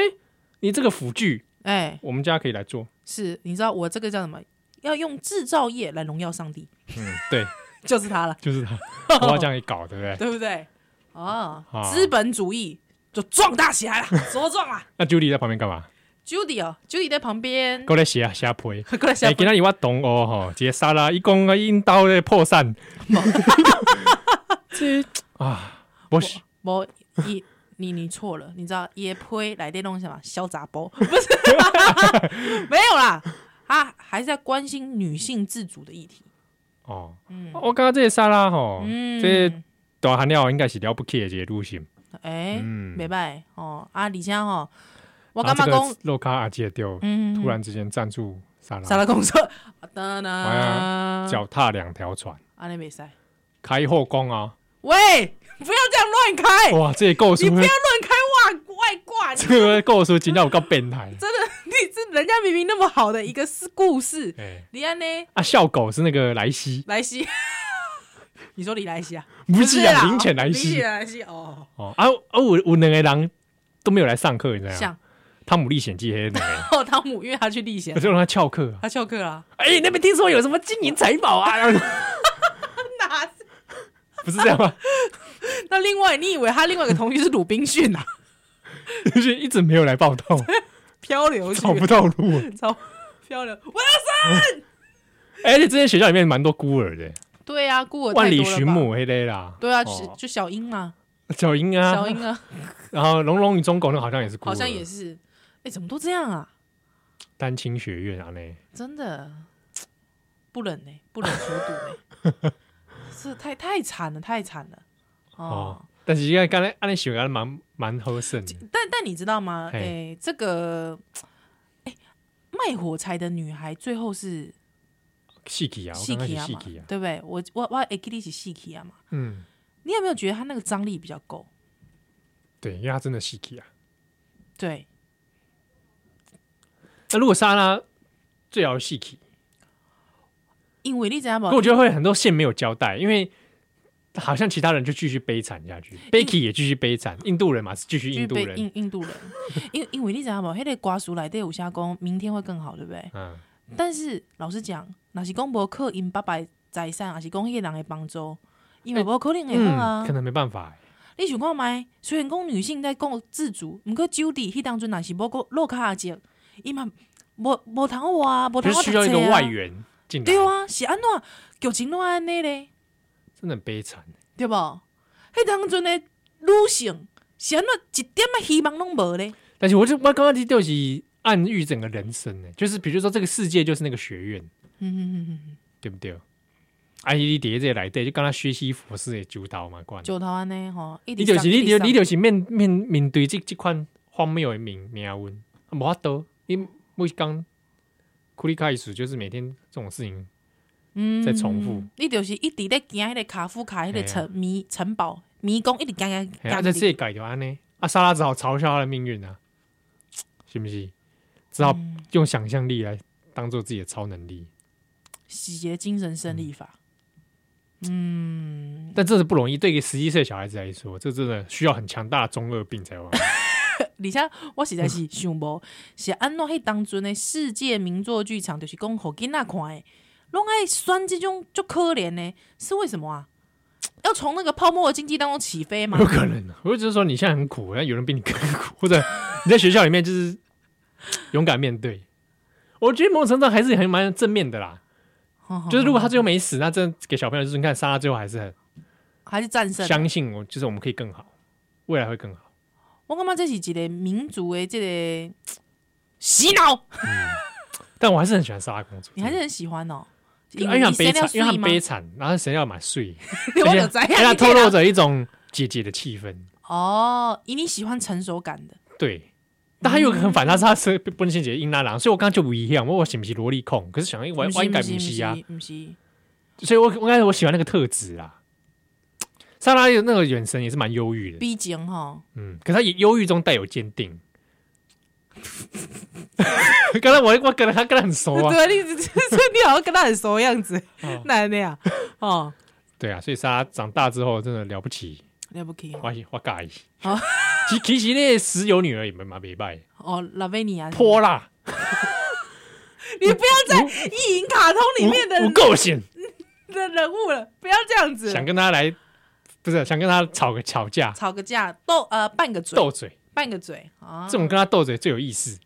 Speaker 2: 你这个辅具，
Speaker 1: 哎，
Speaker 2: 我们家可以来做，
Speaker 1: 是，你知道我这个叫什么？要用制造业来荣耀上帝， [LAUGHS]
Speaker 2: 嗯，对，
Speaker 1: 就是他了，
Speaker 2: 就是他，搞不好这样一搞，对
Speaker 1: [LAUGHS]
Speaker 2: 不对？
Speaker 1: 对不对？哦
Speaker 2: 哎啊，
Speaker 1: 资本主义就壮大起来了，茁壮啊
Speaker 2: 那 Judy 在旁边干嘛？
Speaker 1: ！Judy 哦，Judy 在旁边，
Speaker 2: 过来写啊，写配。
Speaker 1: [LAUGHS] 过来
Speaker 2: 哎、
Speaker 1: 想
Speaker 2: 今仔日我同学吼，一个沙拉，伊讲啊，因兜咧破产，这啊，我是
Speaker 1: 不，一你你错了，你知道也呸来电弄什么小杂
Speaker 2: [LAUGHS]
Speaker 1: 包？不是，没有啦，他还是在关心女性自主的议题。
Speaker 2: 哦，
Speaker 1: 嗯
Speaker 2: 我感觉这个沙拉吼，这
Speaker 1: 嗯，
Speaker 2: 大汉了应该是了不起的一个女性。
Speaker 1: 哎，
Speaker 2: 嗯
Speaker 1: 没拜哦啊，李香哦，我
Speaker 2: 我
Speaker 1: 干嘛讲？
Speaker 2: 洛卡阿姐丢，
Speaker 1: 嗯，
Speaker 2: 突然之间站住沙
Speaker 1: 沙
Speaker 2: 拉，
Speaker 1: 拉公说，当当，
Speaker 2: 哎脚踏两条船，
Speaker 1: 安尼没塞。
Speaker 2: 开后宫啊！
Speaker 1: 喂，不要这样乱开，
Speaker 2: 哇，这个构
Speaker 1: 你
Speaker 2: 书
Speaker 1: 不要，乱开外外挂，
Speaker 2: [LAUGHS] 这个构书真的有够变态。
Speaker 1: 你这人家明明那么好的一个是故
Speaker 2: [LAUGHS]
Speaker 1: 事，
Speaker 2: 哎、
Speaker 1: 李安呢？
Speaker 2: 啊，笑狗是那个莱西，
Speaker 1: [LAUGHS] 莱西，你说李莱西啊？
Speaker 2: 不是
Speaker 1: 啦
Speaker 2: 啊，林犬莱
Speaker 1: 林
Speaker 2: 西
Speaker 1: 犬莱西哦，
Speaker 2: 哦啊啊，我我两个人都没有来上课，你知道吗？
Speaker 1: 像
Speaker 2: 汤姆历险记黑男 [LAUGHS] 人，
Speaker 1: 哦汤姆，因为他去历险
Speaker 2: 我，就让他翘课、啊。
Speaker 1: 他翘课啦，
Speaker 2: [LAUGHS] 哎、那边听说有什么金银财宝啊？然后
Speaker 1: [LAUGHS] 哪是？
Speaker 2: [LAUGHS] 不是这样吗？
Speaker 1: 那另外你以为他另外一个同学是鲁滨逊
Speaker 2: [LAUGHS]
Speaker 1: 啊？
Speaker 2: 就是一直没有来报 [LAUGHS] 道，
Speaker 1: 漂流去，
Speaker 2: 找不到路。
Speaker 1: [LAUGHS] 超漂流，我
Speaker 2: 哎而且这些学校里面蛮多孤儿的，
Speaker 1: [LAUGHS] 对啊，孤儿太多
Speaker 2: 万
Speaker 1: 了
Speaker 2: 里
Speaker 1: 吧
Speaker 2: 寻，母黑的啦，
Speaker 1: 对啊，
Speaker 2: 哦
Speaker 1: 就小英嘛，
Speaker 2: 小英啊，
Speaker 1: 小英啊，
Speaker 2: 然后《龙龙与中狗》那好像也 [LAUGHS] 是孤儿，
Speaker 1: 好像也是，哎，怎么都这样啊？
Speaker 2: 单亲学院啊那。
Speaker 1: 真的不忍呢、不忍荼毒呢、
Speaker 2: [LAUGHS]
Speaker 1: 是太太惨了，太惨了哦
Speaker 2: 哦。但是现在刚才按你喜欢蛮蛮合适的，
Speaker 1: 但但你知道吗？哎、
Speaker 2: 嘿
Speaker 1: 这个哎、卖火柴的女孩最后是
Speaker 2: 戏剧啊，我
Speaker 1: 细
Speaker 2: 刚开
Speaker 1: 体
Speaker 2: 始
Speaker 1: 啊
Speaker 2: 戏
Speaker 1: 嘛
Speaker 2: 剧啊，，
Speaker 1: 对不对？我我我 A K D 是细体啊嘛。
Speaker 2: 嗯，
Speaker 1: 你有没有觉得她那个张力比较够？
Speaker 2: 对，因为他真的戏剧啊。
Speaker 1: 对，
Speaker 2: 那如果莎拉最好戏剧，
Speaker 1: 因为你知道吗
Speaker 2: 可？我觉得会很多线没有交代，因为好像其他人就继续悲惨下
Speaker 1: 嗯
Speaker 2: 去，Becky 也继续悲惨，印度人嘛是继续印度
Speaker 1: 被印
Speaker 2: 人，
Speaker 1: 印度人， [LAUGHS] 因因为你知道吗？那个瓜叔来对有下讲，明天会更好，对不对？
Speaker 2: 嗯，
Speaker 1: 但是老实讲，若是讲无靠因爸爸的财产，还是讲迄个人的帮助，因为无可能会好啊。
Speaker 2: 哎嗯，可能没办法
Speaker 1: 你想看麦？虽然讲女性在讲自主，毋过 Judy 迄当阵若是无个落卡阿姐，伊嘛无无通我啊，无
Speaker 2: 就
Speaker 1: 通
Speaker 2: 是
Speaker 1: 我
Speaker 2: 需要一个外援进来，
Speaker 1: 对啊，是安怎剧情拢安尼咧，
Speaker 2: 真的很悲惨。
Speaker 1: 对无迄当阵的女性是安怎一点仔希望拢无咧？
Speaker 2: 但是我就我刚刚这就是暗喻整个人生呢，就是比如说这个世界就是那个学院，
Speaker 1: 嗯，
Speaker 2: 对不对？啊，伊伫这个内底就跟他学习佛师的主导嘛，管。
Speaker 1: 石头安尼吼，一
Speaker 2: 你
Speaker 1: 直
Speaker 2: 就
Speaker 1: 上
Speaker 2: 是你
Speaker 1: 一直
Speaker 2: 就
Speaker 1: 上
Speaker 2: 你就是面面面对这这款荒谬的命命运，啊，无法度。你每刚苦力开始就是每天这种事情
Speaker 1: 嗯
Speaker 2: 在重复，
Speaker 1: 你就是一直咧行迄个卡夫卡迄
Speaker 2: 嘿
Speaker 1: 个
Speaker 2: 啊
Speaker 1: 城迷城堡迷宫，一直行行
Speaker 2: 哎
Speaker 1: 行
Speaker 2: 呀，在
Speaker 1: 入
Speaker 2: 这
Speaker 1: 去。
Speaker 2: 世界就安尼，啊，莎拉只好嘲笑他的命运啊，是不是？只好
Speaker 1: 嗯
Speaker 2: 用想象力来当做自己的超能力，
Speaker 1: 洗劫精神胜利法。嗯，
Speaker 2: 但这是不容易。对一个十一岁小孩子来说，这真的需要很强大的中二病才有办法。
Speaker 1: 而且我实在
Speaker 2: 嗯
Speaker 1: 是想无，是安怎迄当阵的世界名作剧场，就是讲互囡仔看的，拢爱选即种足可怜的，是为什么啊？要从那个泡沫的经济当中起飞吗
Speaker 2: 有？可
Speaker 1: [LAUGHS]
Speaker 2: 能啊，我只是说你现在很苦，但有人比你更苦，或者 [LAUGHS] 你在学校里面就是勇敢面对。我觉得某种程度上还是很蛮正面的啦，
Speaker 1: 哦
Speaker 2: 就是如果他最后没死，那真的给小朋友就是你看莎拉最后还是很
Speaker 1: 还是战胜，
Speaker 2: 相信我，就是我们可以更好，未来会更好。
Speaker 1: 我感觉这是一个民族的这个洗脑，
Speaker 2: 嗯但我还是很喜欢莎拉公主，
Speaker 1: 你还是很喜欢哦。
Speaker 2: 因为他很
Speaker 1: 你生
Speaker 2: 悲
Speaker 1: 了
Speaker 2: 惨，因为他
Speaker 1: 水
Speaker 2: 很
Speaker 1: 吗
Speaker 2: 悲惨，然后谁要买睡，
Speaker 1: [LAUGHS] 我
Speaker 2: 而
Speaker 1: 就
Speaker 2: 且
Speaker 1: 知
Speaker 2: 而
Speaker 1: 道
Speaker 2: 且他
Speaker 1: 你
Speaker 2: 透
Speaker 1: 这
Speaker 2: 露
Speaker 1: 样
Speaker 2: 着一种姐姐的气氛。
Speaker 1: [LAUGHS] 哦，以你喜欢成熟感的，
Speaker 2: 对，但他有个很
Speaker 1: 嗯
Speaker 2: 反差，是他是不能先姐英拉郎，所以我刚刚就不一样，我我是不是萝莉控？可是想哎我我应该不
Speaker 1: 不
Speaker 2: 是啊，，
Speaker 1: 不是，
Speaker 2: 所以我我刚才我喜欢那个特质啊。莎拉有那个眼神也是蛮忧郁的，
Speaker 1: 毕竟哈，
Speaker 2: 嗯，可是他也忧郁中带有坚定。 [LAUGHS] 刚才我我跟他跟他很 [LAUGHS] 熟啊，
Speaker 1: 对，你 [LAUGHS] 你好像跟他很熟的样子
Speaker 2: 哦，
Speaker 1: 那那样，
Speaker 2: [LAUGHS]
Speaker 1: 哦，
Speaker 2: 对啊，所以莎拉长大之后真的了不起，
Speaker 1: 了不起哦，
Speaker 2: 我我介意
Speaker 1: 哦。
Speaker 2: 其其实那个石油女儿也蛮蛮没败，
Speaker 1: 哦，拉维尼亚，
Speaker 2: 泼啦，
Speaker 1: 你不要在意淫卡通里面的
Speaker 2: 我够险，
Speaker 1: 的人物了，不要这样子，
Speaker 2: 想跟他来，不是想跟他吵个吵架
Speaker 1: 吵个架，斗呃半个嘴，
Speaker 2: 斗嘴，
Speaker 1: 半个嘴啊，
Speaker 2: 这种跟他斗嘴最有意思。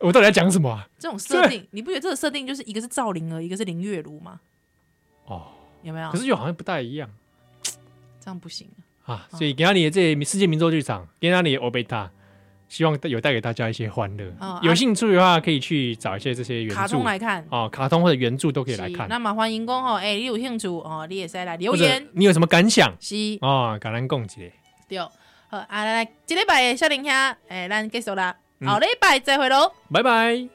Speaker 2: 我到底在讲什么啊？
Speaker 1: 这种设定，你不觉得这个设定就是一个是赵灵儿，一个是林月如吗？
Speaker 2: 哦，
Speaker 1: 有没有
Speaker 2: 可？是又好像不太一样。
Speaker 1: 这样不行，
Speaker 2: 啊，
Speaker 1: 哦
Speaker 2: 所以给到你的这世界名作剧场，给到你欧贝塔，希望有带给大家一些欢乐。
Speaker 1: 哦
Speaker 2: 有
Speaker 1: 啊
Speaker 2: 兴趣的话，可以去找一些这些原著
Speaker 1: 卡通来看。
Speaker 2: 哦，卡通或者原著都可以来
Speaker 1: 是
Speaker 2: 看。
Speaker 1: 那么欢迎讲吼，哎、你有兴趣哦，你也使来留
Speaker 2: 或者
Speaker 1: 言。
Speaker 2: 你有什么感想
Speaker 1: 是，
Speaker 2: 啊？哦感恩共结，
Speaker 1: 对，好，啊，来来，这礼拜的小林兄，哎、咱结束啦，
Speaker 2: 嗯
Speaker 1: 后礼拜再会喽。
Speaker 2: 拜拜。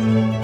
Speaker 4: Thank